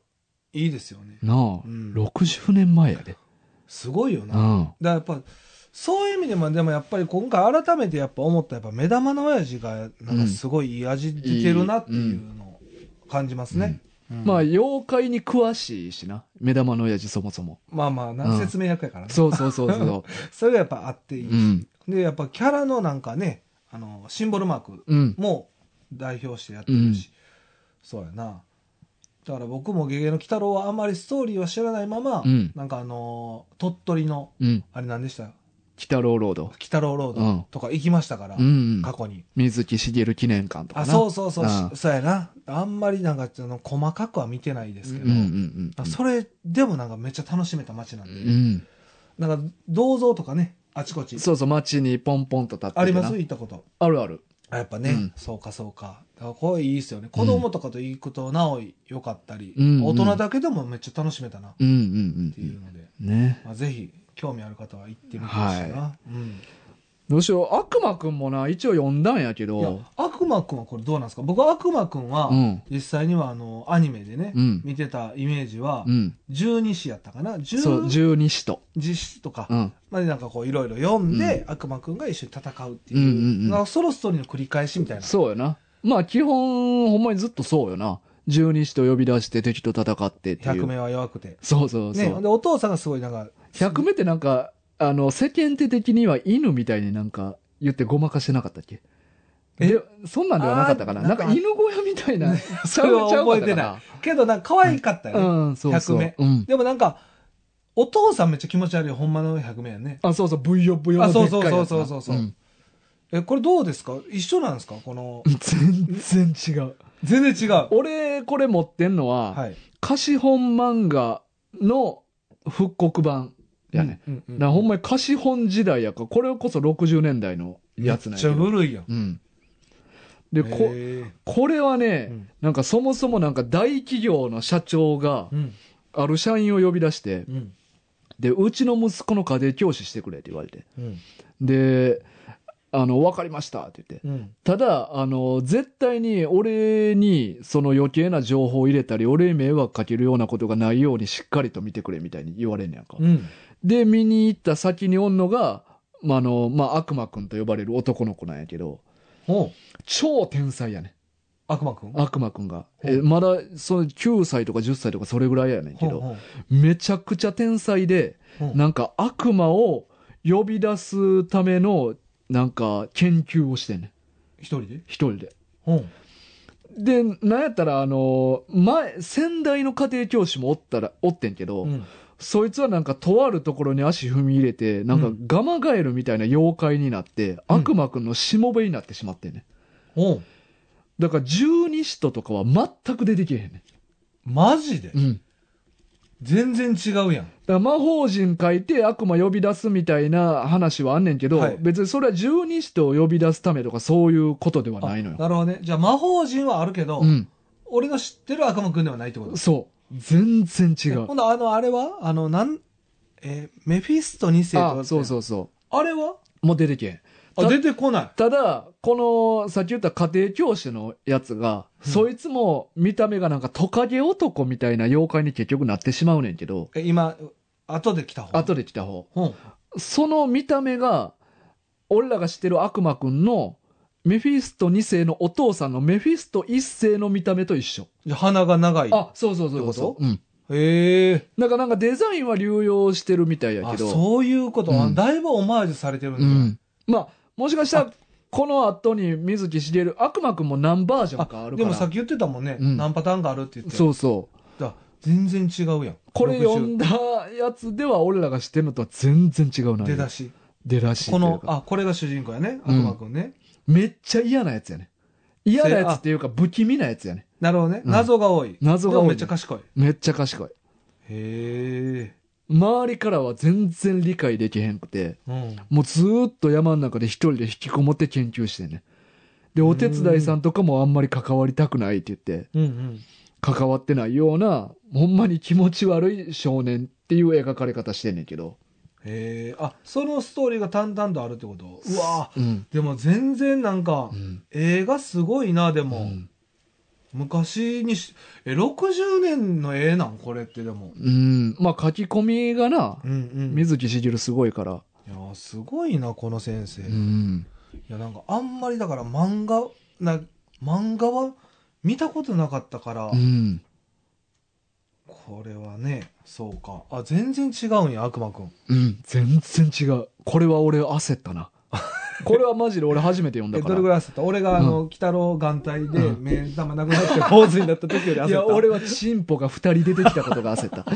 S3: いいですよね。
S2: なあ、
S3: うん
S2: 60年前やで。
S3: すごいよ
S2: う
S3: な。だか
S2: ん。
S3: らやっぱ、そういう意味でも、でもやっぱり今回改めてやっぱ思った、やっぱ目玉の親父がなんかすごいいい味出てるなっていうのを感じますね。うん
S2: まあ、妖怪に詳しいしな。目玉の親父そもそも。
S3: まあまあ
S2: う
S3: な、
S2: ん
S3: 説明役やからね。
S2: そうそうそうそ
S3: それがやっぱあっていい
S2: *laughs* う。う。ん。
S3: で、やっぱキャラのなんかね、あの、シンボルマーク
S2: うん。
S3: も代表してやってるし、そうやな。だから僕もゲゲの鬼太郎はあんまりストーリーは知らないまま、
S2: うん
S3: なんかあのー鳥取の、
S2: うん。鬼
S3: あれ何でした
S2: 太郎ロード
S3: 鬼。太郎ロー
S2: う
S3: ド
S2: ん
S3: とか行きましたから、
S2: うん。
S3: 過去に。
S2: 水木しげる記念館とか
S3: あ、
S2: な。
S3: そうそうそう、
S2: ああ
S3: そうやな。あんまりなんか、その、細かくは見てないですけど、
S2: うんうんうん
S3: あそれでもなんかめっちゃ楽しめた街なん
S2: う
S3: で、
S2: ん。
S3: なんか銅像とかね、あちこち。
S2: そうそう、街にポンポンと立っててな
S3: あります行ったこと。
S2: あるある。
S3: あやっぱね、
S2: うん
S3: そうかそうか。だからこれいいですよね。子供とかと行くとなお良かったり、
S2: うんうん
S3: 大人だけでもめっちゃ楽しめたなっ
S2: うんうん
S3: て
S2: う
S3: いうんので、
S2: うん。ね。
S3: まあ、ぜひ興味ある方は行ってみてほしいな。うん
S2: どうしよう。悪魔くんもな、一応読んだんやけ
S3: いや
S2: ど。
S3: 悪魔くんはこれどうなんですか僕は悪魔くんは、
S2: うん。
S3: 実際にはあのアニメでね、
S2: うん
S3: 見てたイメージは
S2: うん。
S3: 十二支やったかな十
S2: そう、十二使徒。
S3: 字支とか、
S2: うん。
S3: までなんかこういろいろ読んで、悪魔くんが一緒に戦うっていう,、
S2: うんうんうん
S3: なんかソロストーリーの繰り返しみたいな
S2: そうよな。まあ基本、ほんまにずっとそうよな。十二使徒呼び出して敵と戦ってってい
S3: 百
S2: う。
S3: 名は弱くて
S2: そうそうそ
S3: ね、
S2: う。
S3: でお父さんがすごいなんか
S2: 百目ってなんか、あの、世間体的には犬みたいになんか言ってごまかしてなかったっけ
S3: え
S2: で、そんなんではなかったかな。
S3: あーな
S2: な
S3: んんか
S2: か犬小屋みたいな。
S3: *laughs* それは
S2: ちゃう
S3: 覚え
S2: ちゃ
S3: て
S2: うか
S3: ないけどなんか可愛かったよね、
S2: うん、そうそう。
S3: 百目
S2: うん。
S3: でもなんかお父さんめっちゃ気持ち悪いよほんまの100名やね
S2: あ、そうそう、ブヨブヨの
S3: あ
S2: で
S3: そ
S2: っ
S3: う
S2: かいやつな。
S3: そうそうそうそうそうんえこれどうですか一緒なんですかこの
S2: 全然違う。
S3: 全然違う
S2: 俺、これ持ってんのは、
S3: はい
S2: 貸本漫画の復刻版やね。
S3: うんうんうん
S2: なほんまに貸本時代やから、これこそ60年代のやつなんやけど。
S3: めっちゃ古いやん
S2: うん。で、こ、
S3: へえ
S2: これはね、
S3: うん
S2: なんかそもそもなんか大企業の社長が、
S3: うん
S2: ある社員を呼び出して、
S3: うん
S2: で、うちの息子の家庭教師してくれって言われて。
S3: うん
S2: で、あの、わかりましたって言って。
S3: うん
S2: ただ、あの、絶対に俺にその余計な情報を入れたり、俺に迷惑かけるようなことがないようにしっかりと見てくれみたいに言われんねやんか。
S3: うん
S2: で、見に行った先におんのが、まあ、あの、まあ、悪魔くんと呼ばれる男の子なんやけど、
S3: おう
S2: 超天才やね。
S3: 悪魔くん
S2: 悪魔くんが。
S3: ほう
S2: えまだ、その9歳とか10歳とかそれぐらいやねんけど、
S3: ほう
S2: めちゃくちゃ天才で、
S3: ほうほう
S2: なんか悪魔を呼び出すための、なんか研究をしてんねん。
S3: 一人で
S2: 一人で。
S3: ほう
S2: で、なんやったら、あの、前、先代の家庭教師もおったら、おってんけど、
S3: うん
S2: そいつはなんかとあるところに足踏み入れて、なんかガマガエルみたいな妖怪になって、
S3: うん
S2: 悪魔くんのしもべになってしまってんねん。
S3: ほう
S2: だから十二使徒とかは全く出てけへんね
S3: マジで
S2: ん。うん。
S3: 全然違うやん。
S2: だから魔法陣書いて悪魔呼び出すみたいな話はあんねんけど、
S3: はい
S2: 別にそれは十二使徒を呼び出すためとかそういうことではないの
S3: あ
S2: よ。
S3: なるほどね。じゃあ魔法陣はあるけど、
S2: うん。
S3: 俺の知ってる悪魔くんではないってこと
S2: そう。全然違う
S3: ほ。んならあの、あれはあの、なん、えーメフィスト2世とか。
S2: あ、そうそううそ
S3: あれは
S2: う。もう出てけん。
S3: あ、
S2: た
S3: 出てこない。
S2: ただ、この、さっき言った家庭教師のやつが、
S3: うん
S2: そいつも見た目がなんかトカゲ男みたいな妖怪に結局なってしまうねんけど、
S3: え、今、後で来た方。
S2: 後で来た方。
S3: うん。
S2: その見た目が、俺らが知ってる悪魔くんの、メフィスト2世のお父さんのメフィスト1世の見た目と一緒。
S3: じゃあ鼻が長い。
S2: あ、そうそうそうそう
S3: ってこ
S2: うん。
S3: へえ。
S2: なんかなんかデザインは流用してるみたいや
S3: あ、
S2: けど。
S3: そういうこと。
S2: うん
S3: あだいぶオマージュされてるんだ。
S2: うん。まあ、もしかした
S3: あ
S2: ら、この後に水木しげる、悪魔くんも何バージョンか
S3: あ
S2: あるか
S3: で
S2: ら。
S3: もさっき言ってたもんね、
S2: うん
S3: 何パターンがあるって言って
S2: そうそう。
S3: だ全然違うやん
S2: これ読
S3: 60
S2: んだやつでは俺らが知ってるのとは全然違うな。
S3: 出だし
S2: 出だしとい
S3: こ
S2: うか。
S3: のあこれが主人公やね悪
S2: うん
S3: 魔くんね、
S2: めっちゃ嫌なやつやね。嫌なやつっていうか不気味なやつやね。
S3: なるほどね
S2: うん
S3: 謎が多い、
S2: 謎が多
S3: でも
S2: いね
S3: めっちゃ賢い
S2: めっちゃ賢い。
S3: へえ
S2: 周りからは全然理解できへんくて、
S3: うん
S2: もうずーっと山の中で一人で引きこもって研究してんね。で、お手伝いさんとかもあんまり関わりたくないって言って、
S3: うんうん
S2: 関わってないような、ほんまに気持ち悪い少年っていう描かれ方してんねんけど。
S3: へえあそのストーリーが淡々とあるってことうわ
S2: うん。
S3: でも全然なんか、
S2: うん。
S3: 映画すごいなで
S2: う
S3: も、
S2: ん。
S3: 昔にしえ60年の絵なんこれってでも
S2: うん。まあ書き込みがな、
S3: うんうんい
S2: 水木しげるすごいから。
S3: やすごいなこの先生、
S2: うん。
S3: いやなんかあんまりだから漫画な漫画は見たことなかったから、
S2: うん。
S3: これはねそうかあ全然違うんや悪魔くん
S2: うん。全然違う。これは俺焦ったな。これはマジで俺初めて読ん
S3: え
S2: だか
S3: ど
S2: ら
S3: れぐ。らい焦った俺があの、鬼太郎眼帯で
S2: う
S3: 目玉なくなって坊主になった時より焦った
S2: いや、俺はチンポが2人出てきたことが焦った。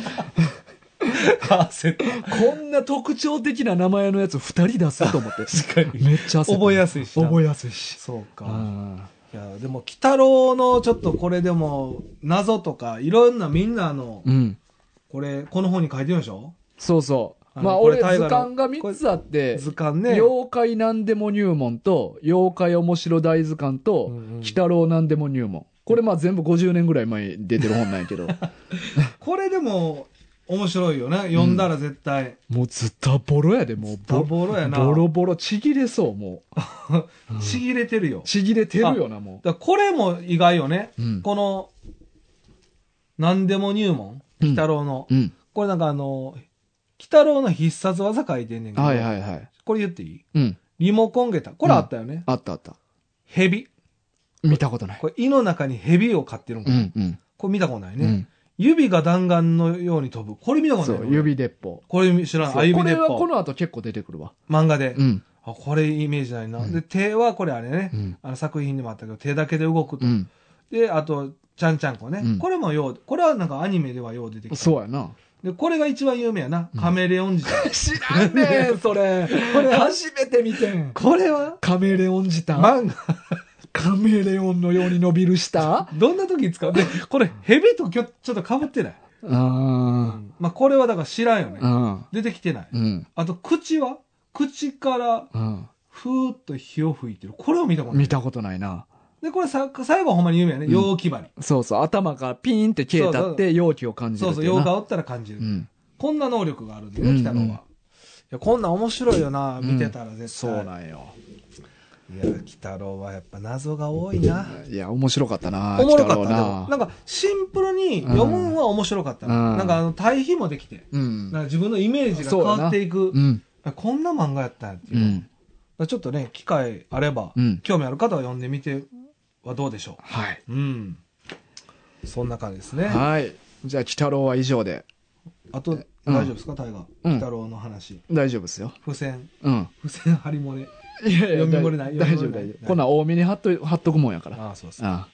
S3: 焦った
S2: こんな特徴的な名前のやつ2人出すと思って。
S3: 確かに
S2: めっちゃ焦った。
S3: 覚えやすいしな
S2: 覚えやすいし。
S3: そうか、
S2: あ
S3: いやでも鬼太郎のちょっとこれでも謎とかいろんなみんなの、
S2: ーうん。
S3: これこの本に書いてるでしょ
S2: そうそう。
S3: あの
S2: まあ
S3: これ
S2: 俺図
S3: 大河の
S2: 鑑が3つあって、
S3: 図鑑ね
S2: 妖怪なんでも入門と、妖怪面白大図鑑と
S3: うんうん、
S2: 鬼太郎なんでも入門。これまあ全部50年ぐらい前に出てる本なんやけ
S3: *laughs*
S2: ど、
S3: これでも面白いよね読んだら絶対、
S2: もうズタボロやで、もう
S3: ボ
S2: ボ
S3: ボロやな
S2: ボロボロ、ちぎれそう、もう。
S3: ちぎれてるよ、
S2: ちぎれてるよな、も
S3: だからこれも意外よね、
S2: う。うん。
S3: この何でも入門
S2: うん
S3: 鬼太郎の、
S2: うん。
S3: これなんかあの鬼太郎の必殺技書いてんねんけど、
S2: はいはいはい。
S3: これ言っていい
S2: うん。
S3: リモコン下駄これあったよね、
S2: あったあった。
S3: 蛇
S2: 見たことない。
S3: これ胃の中に蛇を飼ってるんか
S2: う
S3: な、
S2: んうん。
S3: これ見たことないうね、
S2: ん。指
S3: 指が弾丸のように飛ぶこれ見たこと
S2: そ、
S3: ないうよ俺
S2: 指鉄砲。
S3: これ知ら
S2: そ
S3: な
S2: う
S3: いあ
S2: こ
S3: 指
S2: れ
S3: 鉄
S2: はこ
S3: 砲
S2: の後結構出てくるわ。
S3: 漫画で、
S2: うん。
S3: あこれイメージないな、
S2: うん
S3: で手はこれあれね、
S2: うん。
S3: あの作品でもあったけど手だけで動くと、
S2: うん。
S3: であとちゃんちゃんこね、
S2: うん
S3: これもようこれはなんかアニメではよう出てきた
S2: そうやな。
S3: で、これが一番有名やな。
S2: うん
S3: カメレオン時代。
S2: 知らんね *laughs* ん、それ。これ初めて見てん。
S3: これは
S2: カメレオン時短。
S3: 漫画、
S2: カメレオンのように伸びる下
S3: どんな時に使うで、これ、蛇ときょちょっと被ってない。
S2: あ
S3: まあ、これはだから知らんよね。
S2: あ。
S3: 出てきてない。
S2: うん。
S3: あと、口は口から、
S2: うん。
S3: ふーっと火を吹いてる。これを見たことない。
S2: 見たことないな。
S3: で、これさ、最後はほんまに有名やね。
S2: うん
S3: 陽気針。
S2: そうそう。頭がピーンって消えたって容器を感じる
S3: そ
S2: っ
S3: う
S2: て
S3: そう、
S2: い
S3: 陽
S2: な。
S3: がおったら感じる。
S2: うん。
S3: こんな能力があるんだ
S2: う
S3: よ、
S2: んうん
S3: 北野は。いや、こんなん面白いよな、見てたら絶対。
S2: そうなんよ。
S3: いや、北郎はやっぱ謎が多いな。
S2: いや、面白かったな。
S3: おもろかった
S2: 鬼
S3: で
S2: 太
S3: も
S2: 郎
S3: なんかシンプルに読むのは面白かったな、
S2: うん
S3: なんかあの対比もできて、
S2: うん
S3: なんか自分のイメージが変わっていく、
S2: うん。
S3: こんな漫画やったんやっていうう、だか
S2: ん。
S3: らちょっとね機会あれば、
S2: うん
S3: 興味ある方は読んでみてはどうでしょ
S2: はい。
S3: ううんそんな感じですねあ
S2: はい。じゃあ、鬼太郎は以上で。
S3: と大丈夫ですか大河
S2: うん
S3: 鬼太郎の話
S2: 大丈夫ですよ。
S3: 付箋
S2: うん。
S3: 付箋張り漏れ
S2: いやいや、
S3: 読み漏れない
S2: 大
S3: 読み
S2: 丈夫、
S3: 漏れない
S2: 大丈夫。こんなん多めに貼っと、貼っとくもんやから。あ
S3: ああそうです
S2: あ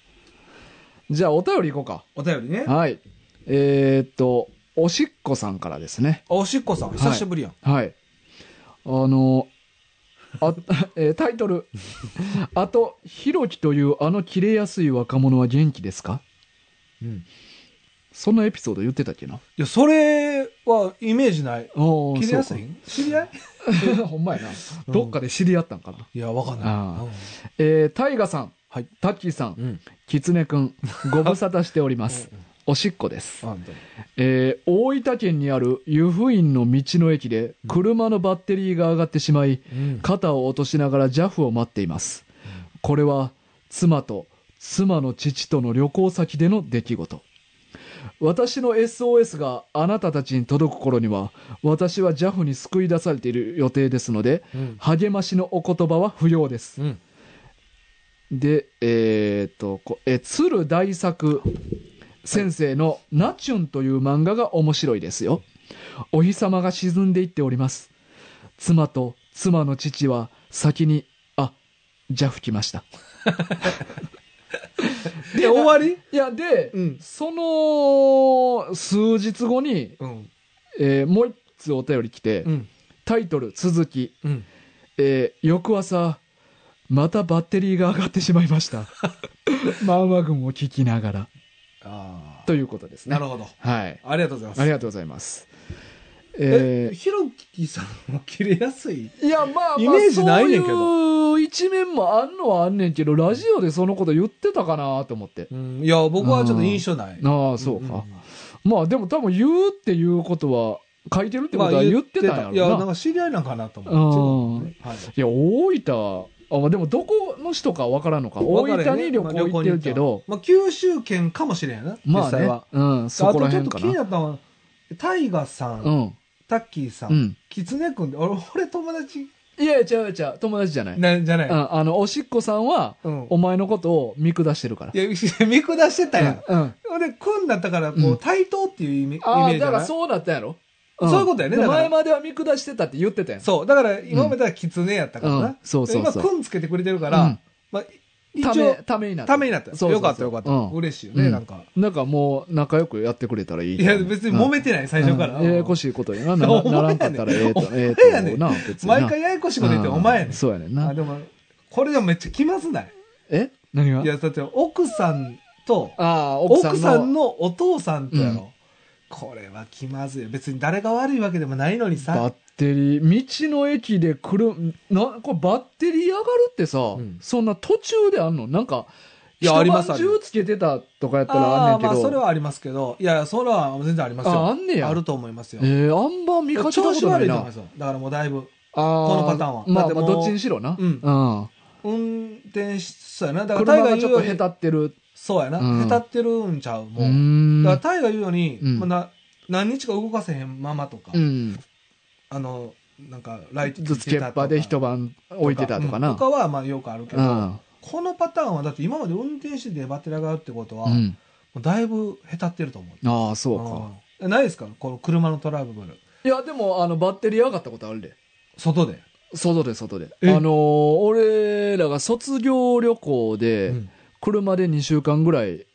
S2: じゃあ、お便り行こ
S3: お便りね
S2: うか。はい。えーっと、おしっこさんからですね。
S3: おしっこさん久しぶりやん、
S2: はい。あの、あ、 *laughs* えータイト *laughs* ル。あと、ひろきというあの切れやすい若者は元気ですか
S3: うん
S2: そんなエピソード言ってたっけな。
S3: や、それはイメージない。
S2: お
S3: 切れやすい知り合い
S2: *laughs* ほんまやな。どっかで知り合ったんかな。
S3: いや、わかん
S2: あ
S3: な
S2: えー、タイガさん、
S3: はい
S2: タッキーさ
S3: い。、
S2: ん
S3: うん。
S2: キツネ
S3: *laughs*
S2: くん、ご無沙汰しております。おしっこです。
S3: あんた
S2: えー、大分県にある湯布院の道の駅で、車のバッテリーが上がってしまい、
S3: うん。
S2: 肩を落としながら JAF を待っています。これは、妻と、妻の父との旅行先での出来事。私の SOS があなたたちに届く頃には、私は JAF に救い出されている予定ですので、
S3: うん。
S2: 励ましのお言葉は不要です。
S3: うん。
S2: で、えーっと、こえ、鶴大作先生のナチュンという漫画が面白いですよ。お日様が沈んでいっております。妻と妻の父は先に、あ、じゃ吹き
S3: *laughs*
S2: ました。
S3: で、終わり
S2: いや、で、
S3: うん
S2: その、数日後に、
S3: うん。
S2: えーもう一つお便り来て、
S3: うん。
S2: タイトル、続き。
S3: うん。
S2: えー翌朝、またバッテリーが上がってしまいま *laughs* した。漫画群を聞きながら。
S3: ああ。
S2: ということですね。
S3: なるほど。
S2: はい。
S3: ありがとうございます。
S2: ありがとうございます。
S3: え
S2: え
S3: ひろきさんも切れやすい
S2: ーいや、まあ、
S3: イメージないねんけど
S2: まあそういう一面もあんのはあんねんけど、ラジオでそのこと言ってたかなと思って。
S3: うん、いや、僕はちょっと印象ない。
S2: ああ、そうか。まあ、でも多分言うっていうことは、書いてるってことは言ってたんやろ
S3: いや、なん
S2: な。
S3: か知り合いなんかなと
S2: 思
S3: 思
S2: っ
S3: ってて。はい。
S2: いや、大分、あまあ、でもどこの人かわからんのか。大
S3: わか
S2: 分
S3: らへ
S2: に
S3: ん
S2: 旅
S3: まあ
S2: 行行ってるけど、
S3: まあ、九州圏かもしれんな、
S2: まあ
S3: 実際
S2: ね
S3: は。、
S2: うん、そこら
S3: あとちょっ
S2: 辺
S3: と
S2: か
S3: 気に
S2: な。
S3: なったのは、タイガさん、
S2: うん。
S3: タッキーさん、
S2: うん。
S3: キツネ君で、俺、俺友達
S2: いやいや、違う違う、友達じゃない。
S3: なじゃな
S2: う
S3: い。
S2: ん、あの、おしっこさんは、
S3: うん。
S2: お前のことを見下してるから。
S3: いや、見 *laughs* 下してたやん。
S2: うん。うん
S3: ほんで、君だったから、こ
S2: うん
S3: う、対等っていうイメイメ
S2: あ
S3: ー
S2: あ、
S3: ジじゃ
S2: だか
S3: な
S2: ら
S3: い
S2: そうなったやろ。
S3: うんそういうことやねだから
S2: 前までは見下してたって言ってたやん。
S3: そう。だから、今まではキツネやったから
S2: う。
S3: なん
S2: そうそうそう
S3: で今、君つけてくれてるか
S2: う
S3: ら
S2: ん、
S3: まあ、一
S2: ため、
S3: 応、
S2: ためになった。
S3: ためになった
S2: そうそうそう
S3: よかったよかった、
S2: うん
S3: 嬉しいよ
S2: う
S3: ね、
S2: ん
S3: なんか
S2: なんかもう、仲良くやってくれたらいい。
S3: いや別に揉めてない、最初から、
S2: うんややこしいことやな。
S3: *laughs*
S2: な
S3: お前
S2: な
S3: やねん
S2: らんかったらええと、ええ
S3: お前やね
S2: と、
S3: ん
S2: な、別にな。
S3: 毎回ややこしいこと言ってお前や
S2: う
S3: ね
S2: ん
S3: ん
S2: そうやねん
S3: あ
S2: な。
S3: でもこれでもめっちゃ気まずない
S2: え何が
S3: いやだって奥さんと
S2: ああ、
S3: 奥さ
S2: 奥さんの。
S3: んのお父さんとやろ、
S2: うん
S3: これは気まずいよ別に誰が悪いわけでもないのに
S2: バ
S3: さ
S2: ッテリー、道の駅で来る、な、これバッテリー上がるってさ、
S3: ん
S2: そんな途中であんのなんか、
S3: いや
S2: 一
S3: あります
S2: 晩中つけてたとかやったら
S3: あ
S2: あ
S3: あ
S2: んねん
S3: ま
S2: け
S3: あ
S2: ど。
S3: それはありますけどいやそれは全然ありますよ
S2: ああんねや
S3: あると思いますよ
S2: えー、あんま見かけた
S3: 調
S2: こ
S3: 子
S2: とな
S3: 悪い
S2: い
S3: と
S2: な。
S3: 思いますよだからもうだいぶ
S2: あー
S3: このパターンは
S2: ま
S3: だ
S2: あ、
S3: って
S2: ま
S3: も
S2: あ、
S3: う
S2: どっちにしろな。
S3: うん
S2: うん。
S3: 運転しそうやなだからタイ
S2: 車
S3: ガー言
S2: が
S3: う
S2: ち
S3: よ
S2: ょっ
S3: う
S2: とへ
S3: に
S2: たってる。
S3: そうやな、
S2: うん
S3: へたってるんちゃう
S2: う
S3: もう、
S2: ーん。
S3: だからタイが言うように、
S2: うん
S3: まあな何日か動かせへんままとか、
S2: うん。
S3: あのなんかライト
S2: ずつけっぱで一
S3: 晩
S2: 晩置いてたとか
S3: と
S2: な。
S3: かはまあよくあるけ
S2: う
S3: ど、
S2: ん。
S3: このパターンはだって今まで運転しててバッテリーがあるってことは、
S2: う
S3: も
S2: ん。
S3: うだいぶへたってると思う
S2: ああ、そうか。
S3: うんないですかこの車のトラブル
S2: いや、でも、あの、バッテリー上がったことあるで。
S3: 外で、
S2: 外で外で。あ
S3: え
S2: のー俺らが卒業旅行で、
S3: うん
S2: 車で2週間ぐらい、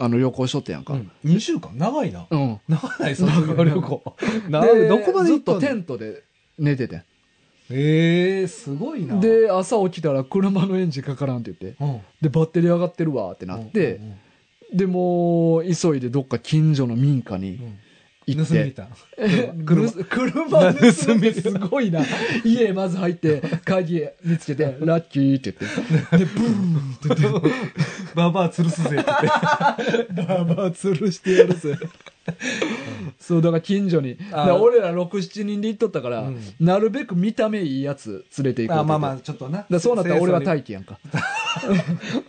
S2: あの、旅行しとったやんか。
S3: 2週間長いな
S2: うん。
S3: 長ない外の旅行長い
S2: *laughs* で
S3: どこまで
S2: ず
S3: 行
S2: っ
S3: っと
S2: と
S3: ん
S2: テ
S3: の
S2: ントで寝ててん。
S3: ええー、すごいな、
S2: で、朝起きたら車のエンジンかからんって言って。
S3: うん、
S2: で、バッテリー上がってるわってなって、
S3: うん
S2: で、もう、急いでどっか近所の民家に
S3: うん
S2: 行
S3: うん
S2: っ
S3: 盗みに
S2: て
S3: 行っ。た
S2: え
S3: 車
S2: *laughs* 車車
S3: *laughs*
S2: 盗みすごいな。家まず入って、鍵見つけて、ラッキーって言って。で、ブーンって言って、
S3: *laughs* ババア吊るすぜって言って
S2: ババア吊るしてやるぜ。そう、だから近所に。だから俺ら6、7人で行っとったから、
S3: うん
S2: なるべく見た目いいやつ連れて行こ
S3: *laughs*
S2: う
S3: あ
S2: って言って
S3: まあまあ、ちょっとな
S2: だから。そうなったら俺は
S3: イ
S2: 待機やんか。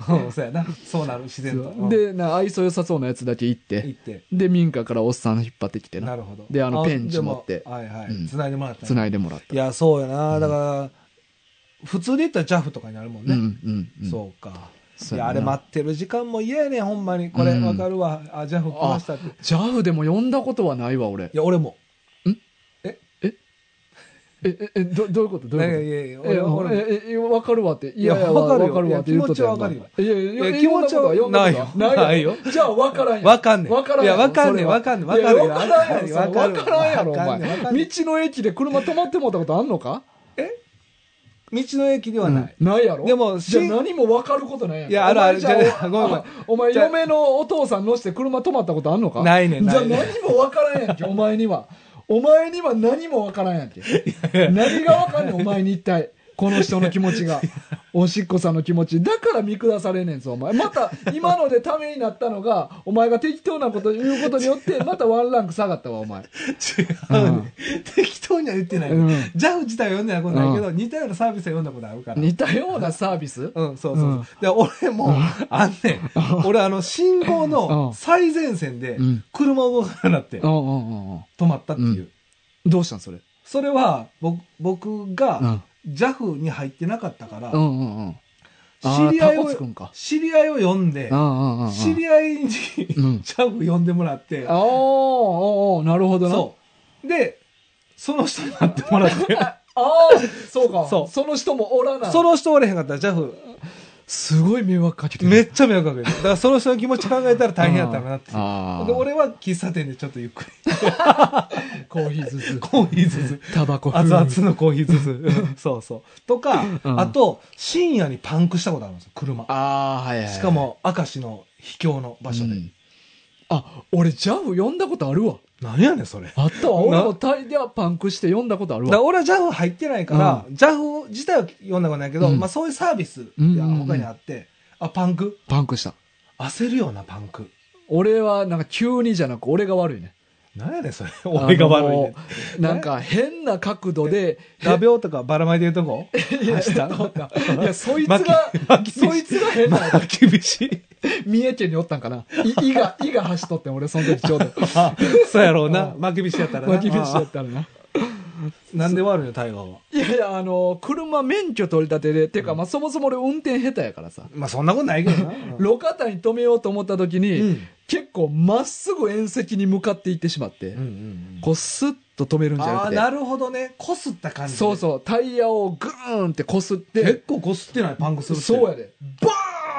S3: うん、 *laughs* そうやな。そうなる、自然と。うん、
S2: *laughs* で、な愛想良さそうなやつだけ行って
S3: 行、って。
S2: で、民家からおっさん引っ張ってきて
S3: な
S2: な。
S3: るほど。
S2: であの
S3: あ
S2: ペンチ持って
S3: でもはいは
S2: うん
S3: い。繋いでもらった。
S2: 繋いでもらった。
S3: いや、そうやな。だから、普通で言ったら JAF とかになるもん
S2: うん
S3: ね。
S2: うんうん。
S3: そうか。
S2: そ
S3: いうや、
S2: やな
S3: あれ待ってる時間も嫌やねん、ほんまに。これ、
S2: うん
S3: わかるわ。あ、JAF 来ましたって。い
S2: ジャフでも呼んだことはないわ、俺。
S3: や、俺も。
S2: え、え、え、ど、どういうことど
S3: いうや
S2: いうこ
S3: いやいや、
S2: とえ、
S3: 俺も俺も。
S2: え、え、えわかるわって。いやい
S3: い
S2: や、
S3: や
S2: わ
S3: わ
S2: か
S3: かる
S2: る
S3: よ
S2: わかるわって言うとったや
S3: い
S2: ん
S3: や気持ちはわか
S2: いやいや、
S3: いや気持ちは
S2: 呼んだことな
S3: な
S2: い
S3: いよ
S2: ないよ。じゃあ、わからんやん。
S3: わかんねん
S2: わからん
S3: いやわかんねん
S2: それは
S3: わかんねんわかるよ
S2: いやわからんやろ、それ
S3: わかる
S2: わからんやろ、お
S3: わかんねんわかんね
S2: 前。道の駅で車止まってもらったことあんのか
S3: え道の駅ではない。
S2: ないやろ
S3: でも
S2: じゃあ
S3: 新
S2: 何も分かることないやん
S3: いやあるある
S2: お
S3: じ
S2: 前じ
S3: ゃ
S2: ゃ
S3: あ
S2: あ
S3: ごめんごめん
S2: お前
S3: じゃあ
S2: 嫁のお父さん乗せて車止まったことあんのか
S3: ないねん
S2: じゃあ
S3: ない
S2: 何
S3: ねん
S2: も分からんやんけお前にはお前には何も分からんやんけ何が分かんねんお前に一体この人の気持ちがおしっこさんの気持ちだから見下されんねんぞお前また今のでためになったのがお前が適当なこと言うことによってまたワンランク下がったわお前
S3: 違うね、適当には言ってない、
S2: うん
S3: ジャフ自体は読んでないことないけど、似たようなサービスは読んだことあるから。
S2: 似たようなサービス
S3: うん、そうそうそうう。
S2: ん
S3: で、俺も、あんねん。俺、あの、信号
S2: う
S3: の
S2: ん
S3: 最前線で
S2: うん、
S3: 車動かなくなって、
S2: う
S3: 止
S2: んうんうんうん
S3: まったっていう。
S2: うんどうしたんそれ
S3: それは、僕、僕
S2: う
S3: が
S2: ん、
S3: JAF に入ってなかったから、
S2: うんうんうん
S3: 知り合い
S2: あータコつく
S3: を、
S2: んか
S3: 知り合いを呼んで
S2: う、んうんうんうん
S3: 知り合いに
S2: うん
S3: JAF 呼んでもらって、
S2: あーおーおーなるほどな
S3: そう。で、その人になってもら
S2: *laughs*
S3: って、
S2: ああそうか
S3: そう
S2: の人もおらな
S3: その人おれへんかったら JAF、
S2: すごい迷惑かけてる
S3: めっちゃ迷惑かけてる。だから、その人の気持ち考えたら大変やったかなって。
S2: あー
S3: で、俺は喫茶店でちょっとゆっくり。 *laughs*
S2: コーヒーずつ
S3: コーヒーずつ。
S2: *laughs* タバコ
S3: 熱々のコーヒーずつ。うんそうそう。とか、
S2: うん
S3: あと、深夜にパンクしたことあるんですよ、車。
S2: ああはいはいはい
S3: しかも、明石の秘境の場所
S2: う
S3: で。
S2: んあ俺ジャフ呼んだことあるわ
S3: 何やねん、それ。だか
S2: あったわ
S3: な
S2: 俺もタイではパンクして呼んだことある
S3: ら
S2: わ
S3: 俺は JAF 入ってないから、JAF 自体は読んだことないけど、
S2: うん
S3: まあそういうサービス
S2: うんうん
S3: が
S2: うん
S3: 他にあって、あ、パンク
S2: パンクした
S3: 焦るようなパンク。
S2: 俺はなんか急にじゃなく俺が悪いね
S3: 何やねん、それ。俺が悪いねん。
S2: あのなんか変な角度で
S3: 画鋲とかばらまいてると
S2: *laughs*
S3: こ
S2: いやしたいやそいつ
S3: 巻き
S2: *laughs* が
S3: 巻き
S2: そいつが変な
S3: まあ、厳しい。
S2: 三重県におったんかな。 *laughs* い、いが、いが走っとってん、俺、その時ち *laughs* ょうど。
S3: あ *laughs* そうやろうな。まあ厳しいやったらな。
S2: まきびしやっ
S3: あ
S2: たらな。
S3: なんで悪いの、タイガーは。
S2: いやいや、あの、車免許取り立てで、ていうか、まあ、そもそも俺運転下手やからさ。
S3: まあそんなことないけどな。
S2: 路肩に止めようと思った時に、
S3: うん
S2: 結構まっすぐ縁石に向かって行ってしまって、こうスッと止めるんじゃ
S3: ああー
S2: な
S3: な
S2: く
S3: るほどねこすった感
S2: て
S3: じ
S2: そう
S3: う
S2: そうタイヤをグーンってこすって
S3: 結構こすってないパンクするって
S2: そうやでバ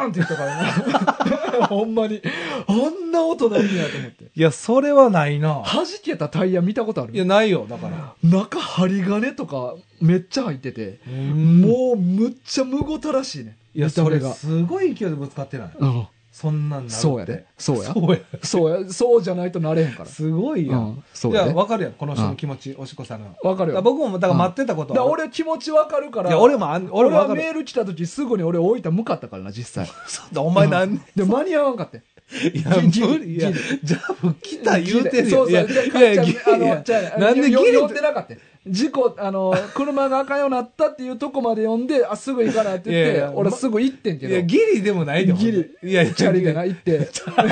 S2: ーンって言ったから *laughs* なほんまにあんな音なんやと思って
S3: いやそれはないな
S2: 弾けたタイヤ見たことある
S3: いやないよだから
S2: 中針金とかめっちゃ入ってて、
S3: もう
S2: もうむっちゃむごたらしいね
S3: いや
S2: 見た
S3: そ
S2: 目
S3: れ
S2: が
S3: すごい勢いでぶつかってない
S2: うん
S3: そんなんなるって
S2: そうやでそうや
S3: そうや
S2: そうやそうじゃないとなれへんから
S3: すごいや
S2: うんんそう
S3: い
S2: や
S3: や
S2: で
S3: わかるやんこの人の気持ちおしっこさんの
S2: わかる
S3: だら
S2: よ
S3: 僕もだから待ってたこと
S2: だから
S3: は
S2: 俺気持ちわかるから
S3: いや俺もあん俺
S2: 俺
S3: もわ
S2: は
S3: か
S2: メ
S3: る
S2: ール来た時すぐに俺大分向かったからな実際
S3: そうだお前なん
S2: で間に合わんかった
S3: いや
S2: ギリ
S3: 無理いや
S2: ギ
S3: ジャブ来た言うてる
S2: そうそう
S3: いや
S2: で
S3: いやいや
S2: かっ
S3: ギ
S2: ちゃ
S3: リ
S2: んあの
S3: や
S2: じゃあ
S3: なんでギ
S2: よ
S3: リ
S2: 呼んでなかったよ事故あの車が赤ようになったっていうとこまで呼んであすぐ行かなって言っ
S3: いやい
S2: て
S3: や
S2: 俺すぐ行ってんけ
S3: い
S2: ど
S3: やギリでもないで
S2: ギリ
S3: いやいや
S2: チャリでな行って
S3: あれ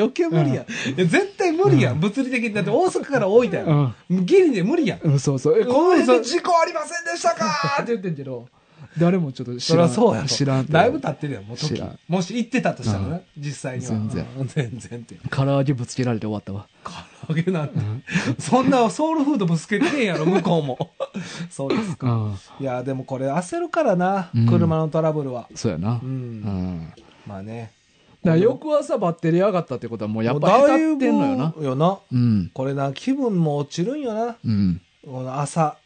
S3: 余計無理やん。いや絶対無理やん。物理的に。だって大阪から大分やん。ギリで無理やん。
S2: うん、そうそう。え、こ
S3: こ
S2: の
S3: の
S2: 辺
S3: 辺
S2: で
S3: で
S2: 事故ありませんでしたかって言ってんけど、誰もちょっと知
S3: そり
S2: らん。
S3: ゃそうやろ
S2: 知らん。
S3: だいぶ経ってるやん、もう時
S2: 知らん。
S3: もし行ってたとしたら
S2: う、
S3: なん実際には。
S2: 全然
S3: うん。全然って。
S2: 唐揚げぶつけられて終わったわ。
S3: 唐揚げなんて。そんなソウルフードぶつけてんやろ、向こう
S2: *laughs*
S3: も。そうですか。
S2: うん。
S3: いや、でもこれ焦るからな
S2: うん、
S3: 車のトラブルは。
S2: そうやな。
S3: う。
S2: うんん。だか
S3: まあね。
S2: ら翌朝バッテリー上がったってことはもうやっぱ
S3: もう
S2: 下
S3: だい
S2: 手
S3: ぶ
S2: ってんのよな。
S3: よな。
S2: うん。
S3: これな、気分も落ちるんよな。
S2: うん。
S3: この朝、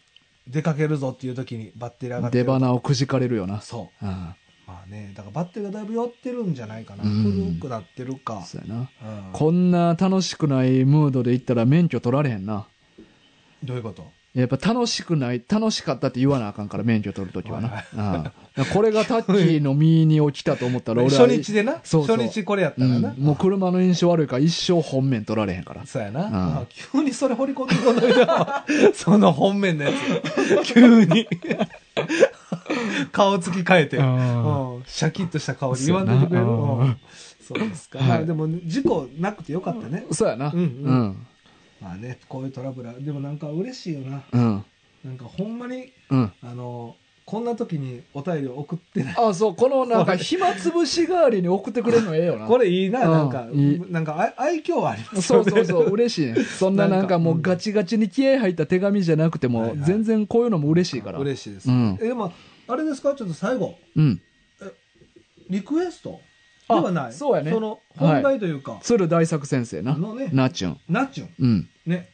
S3: 出かけるぞっていう時にバッテリー上がって
S2: 出
S3: ると。
S2: 花をくじかれるよな。
S3: そう。
S2: うん。
S3: まあね、だからバッテリーがだいぶ寄ってるんじゃないかな。
S2: うん
S3: 古くなってるか。
S2: そうやな。
S3: うん
S2: こんな楽しくないムードで行ったら免許取られへんな。
S3: どういうこと
S2: やっぱ楽しくない、楽しかったって言わなあかんから、免許取るときは
S3: は
S2: な。うんだからこれがタッキーの身に起きたと
S3: *laughs*
S2: 思ったら俺は。
S3: 初日でな
S2: そうそう
S3: 初日これやった
S2: う
S3: ら
S2: ん
S3: な。
S2: もう車の印象悪いから一生本面取られへんから。
S3: そうや
S2: う
S3: な。
S2: ん
S3: まあ急にそれ掘り込んでこない *laughs* でその本面のやつ。 *laughs* 急に。顔つき変えて、
S2: うん
S3: うんシャキッとした顔で言わんといてくれる
S2: そうやなうん
S3: うんそうですか。
S2: はい
S3: まあでも、事故なくてよかったね。
S2: そうやな。
S3: う
S2: うんん。
S3: まあね、こういうトラブルは。でもなんか嬉しいよな。
S2: うん。
S3: なんかほんまに、
S2: うん。
S3: あの、こんな時にお便りを送ってない。
S2: あ、そう、このなんか暇つぶし代わりに送ってくれるのええよな。
S3: *laughs* これいいな、
S2: うん
S3: なんか、
S2: いい
S3: なんか愛愛嬌はあります
S2: そ
S3: よ
S2: う
S3: ね。
S2: そうそう、嬉しいね。そんななんかもうガチガチに気合入った手紙じゃなくて
S3: はい
S2: も
S3: は、い
S2: 全然こういうのも嬉しいから。
S3: 嬉しいです。
S2: うん
S3: え、でも、あれですかちょっと最後、
S2: うん。
S3: リクエストではない。
S2: あそうやね
S3: その、本題というか、
S2: 鶴大作先生な。
S3: のね
S2: ナチュン。
S3: ナチュン。
S2: うん。
S3: ね。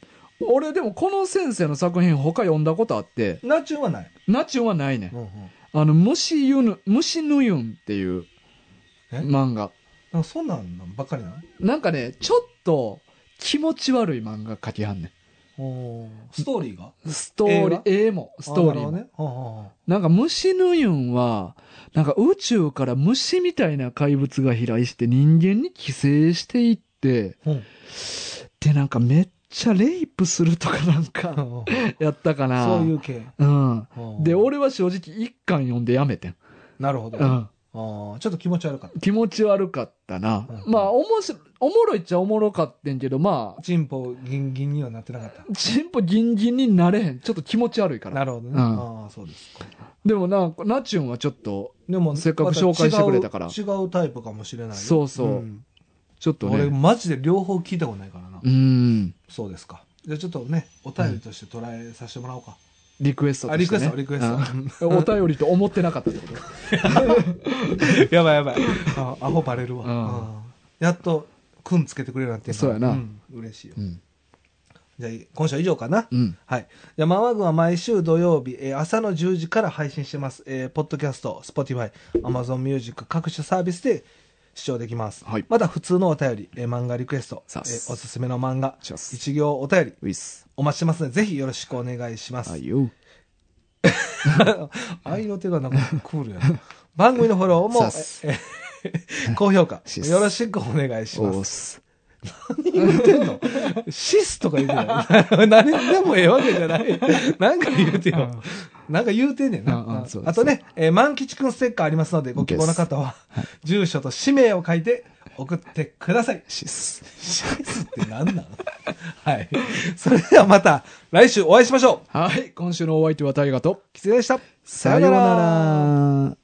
S2: 俺でもこの先生の作品他読んだことあって、
S3: ナチュンはない。
S2: ナチュンはないね。
S3: うんうん
S2: あの、虫ゆぬ、虫ぬゆんっていう
S3: え
S2: 漫画。
S3: なんかそんなんなんばっかりな
S2: なんかね、ちょっと気持ち悪い漫画書きはんね
S3: のおーストーリーが
S2: ん。ストーリー、絵も、ストーリー
S3: あ
S2: も。
S3: な
S2: な
S3: るほどねはあはあ
S2: んか虫ぬゆんは、なんか宇宙から虫みたいな怪物が飛来して人間に寄生していって、
S3: うん
S2: で、なんかめっちゃレイプするとかなん
S3: う
S2: か、
S3: んうん
S2: やったかな。
S3: そういう系
S2: うん。
S3: うん
S2: で、俺は正直一巻読んでやめてん。
S3: なるほど
S2: う
S3: あ
S2: ん。
S3: ーちょっと気持ち悪かっ
S2: 気持ち悪かったな。
S3: うん
S2: まあ、おもし、おもろいっちゃおもろかってんけど、ま
S3: たチンポギンギンにはなってなかった
S2: あ、チンポギンギンになれへん。ちょっと気持ち悪いから。
S3: なるほどね
S2: うん
S3: ああそうですか
S2: でもなんか、ナチュンはちょっと、
S3: でも
S2: せっかく紹介してくれたから
S3: ま違う違うタイプかもしれないよ
S2: そうそうんちょっと
S3: 俺
S2: ね。
S3: マジで両方聞いたことないからな
S2: うん。
S3: そうですかじゃあちょっとねお便りとして捉えさせてもらおうか
S2: リクエスト
S3: あ
S2: と
S3: リ
S2: し
S3: ク
S2: て
S3: エ
S2: ね、
S3: ストリクエスト *laughs*
S2: ト。お便りと思ってなかったってこと。 *laughs*
S3: やばいやばい。あアホバレるわ。
S2: うん
S3: あやっと、くんつけてくれるなんていのは
S2: そうやなん
S3: 嬉しいよ
S2: う。ん。
S3: じゃあ、今週は以上かな。
S2: うん。
S3: はい。じゃあ、マンワグは毎週土曜日、えー朝の10時から配信してます。えーポッドキャスト、Spotify、Amazon Music、各種サービスで視聴できます。
S2: はい
S3: また、普通のお便り、えー漫画リクエスト、え
S2: さっす
S3: ーおすすめの漫画、
S2: します
S3: 一行お便り、
S2: ウィス。
S3: お待ちしてますので、ぜひよろしくお願いします。
S2: あいよ。
S3: *laughs* あいの手がなんかクールやな。番組のフォローも
S2: さす
S3: え、 *laughs* え高評価、
S2: シス
S3: よろしくお願いしま
S2: お
S3: す
S2: ー。す。
S3: 言ってんのシスとか言うてない。 *laughs* 何でもええわけじゃない。なんか言うてよ。なんか言うてんねんな。
S2: うんうん
S3: うん
S2: そうです
S3: あとね、えー、万吉くんステッカーありますので、ご希望の方は、住所と氏名を書いて送ってください。
S2: シス。
S3: シスって何なんはい。それではまた来週お会いしましょう。
S2: はい。今週のお相手は大河と、
S3: キツネでした。
S2: さようなら。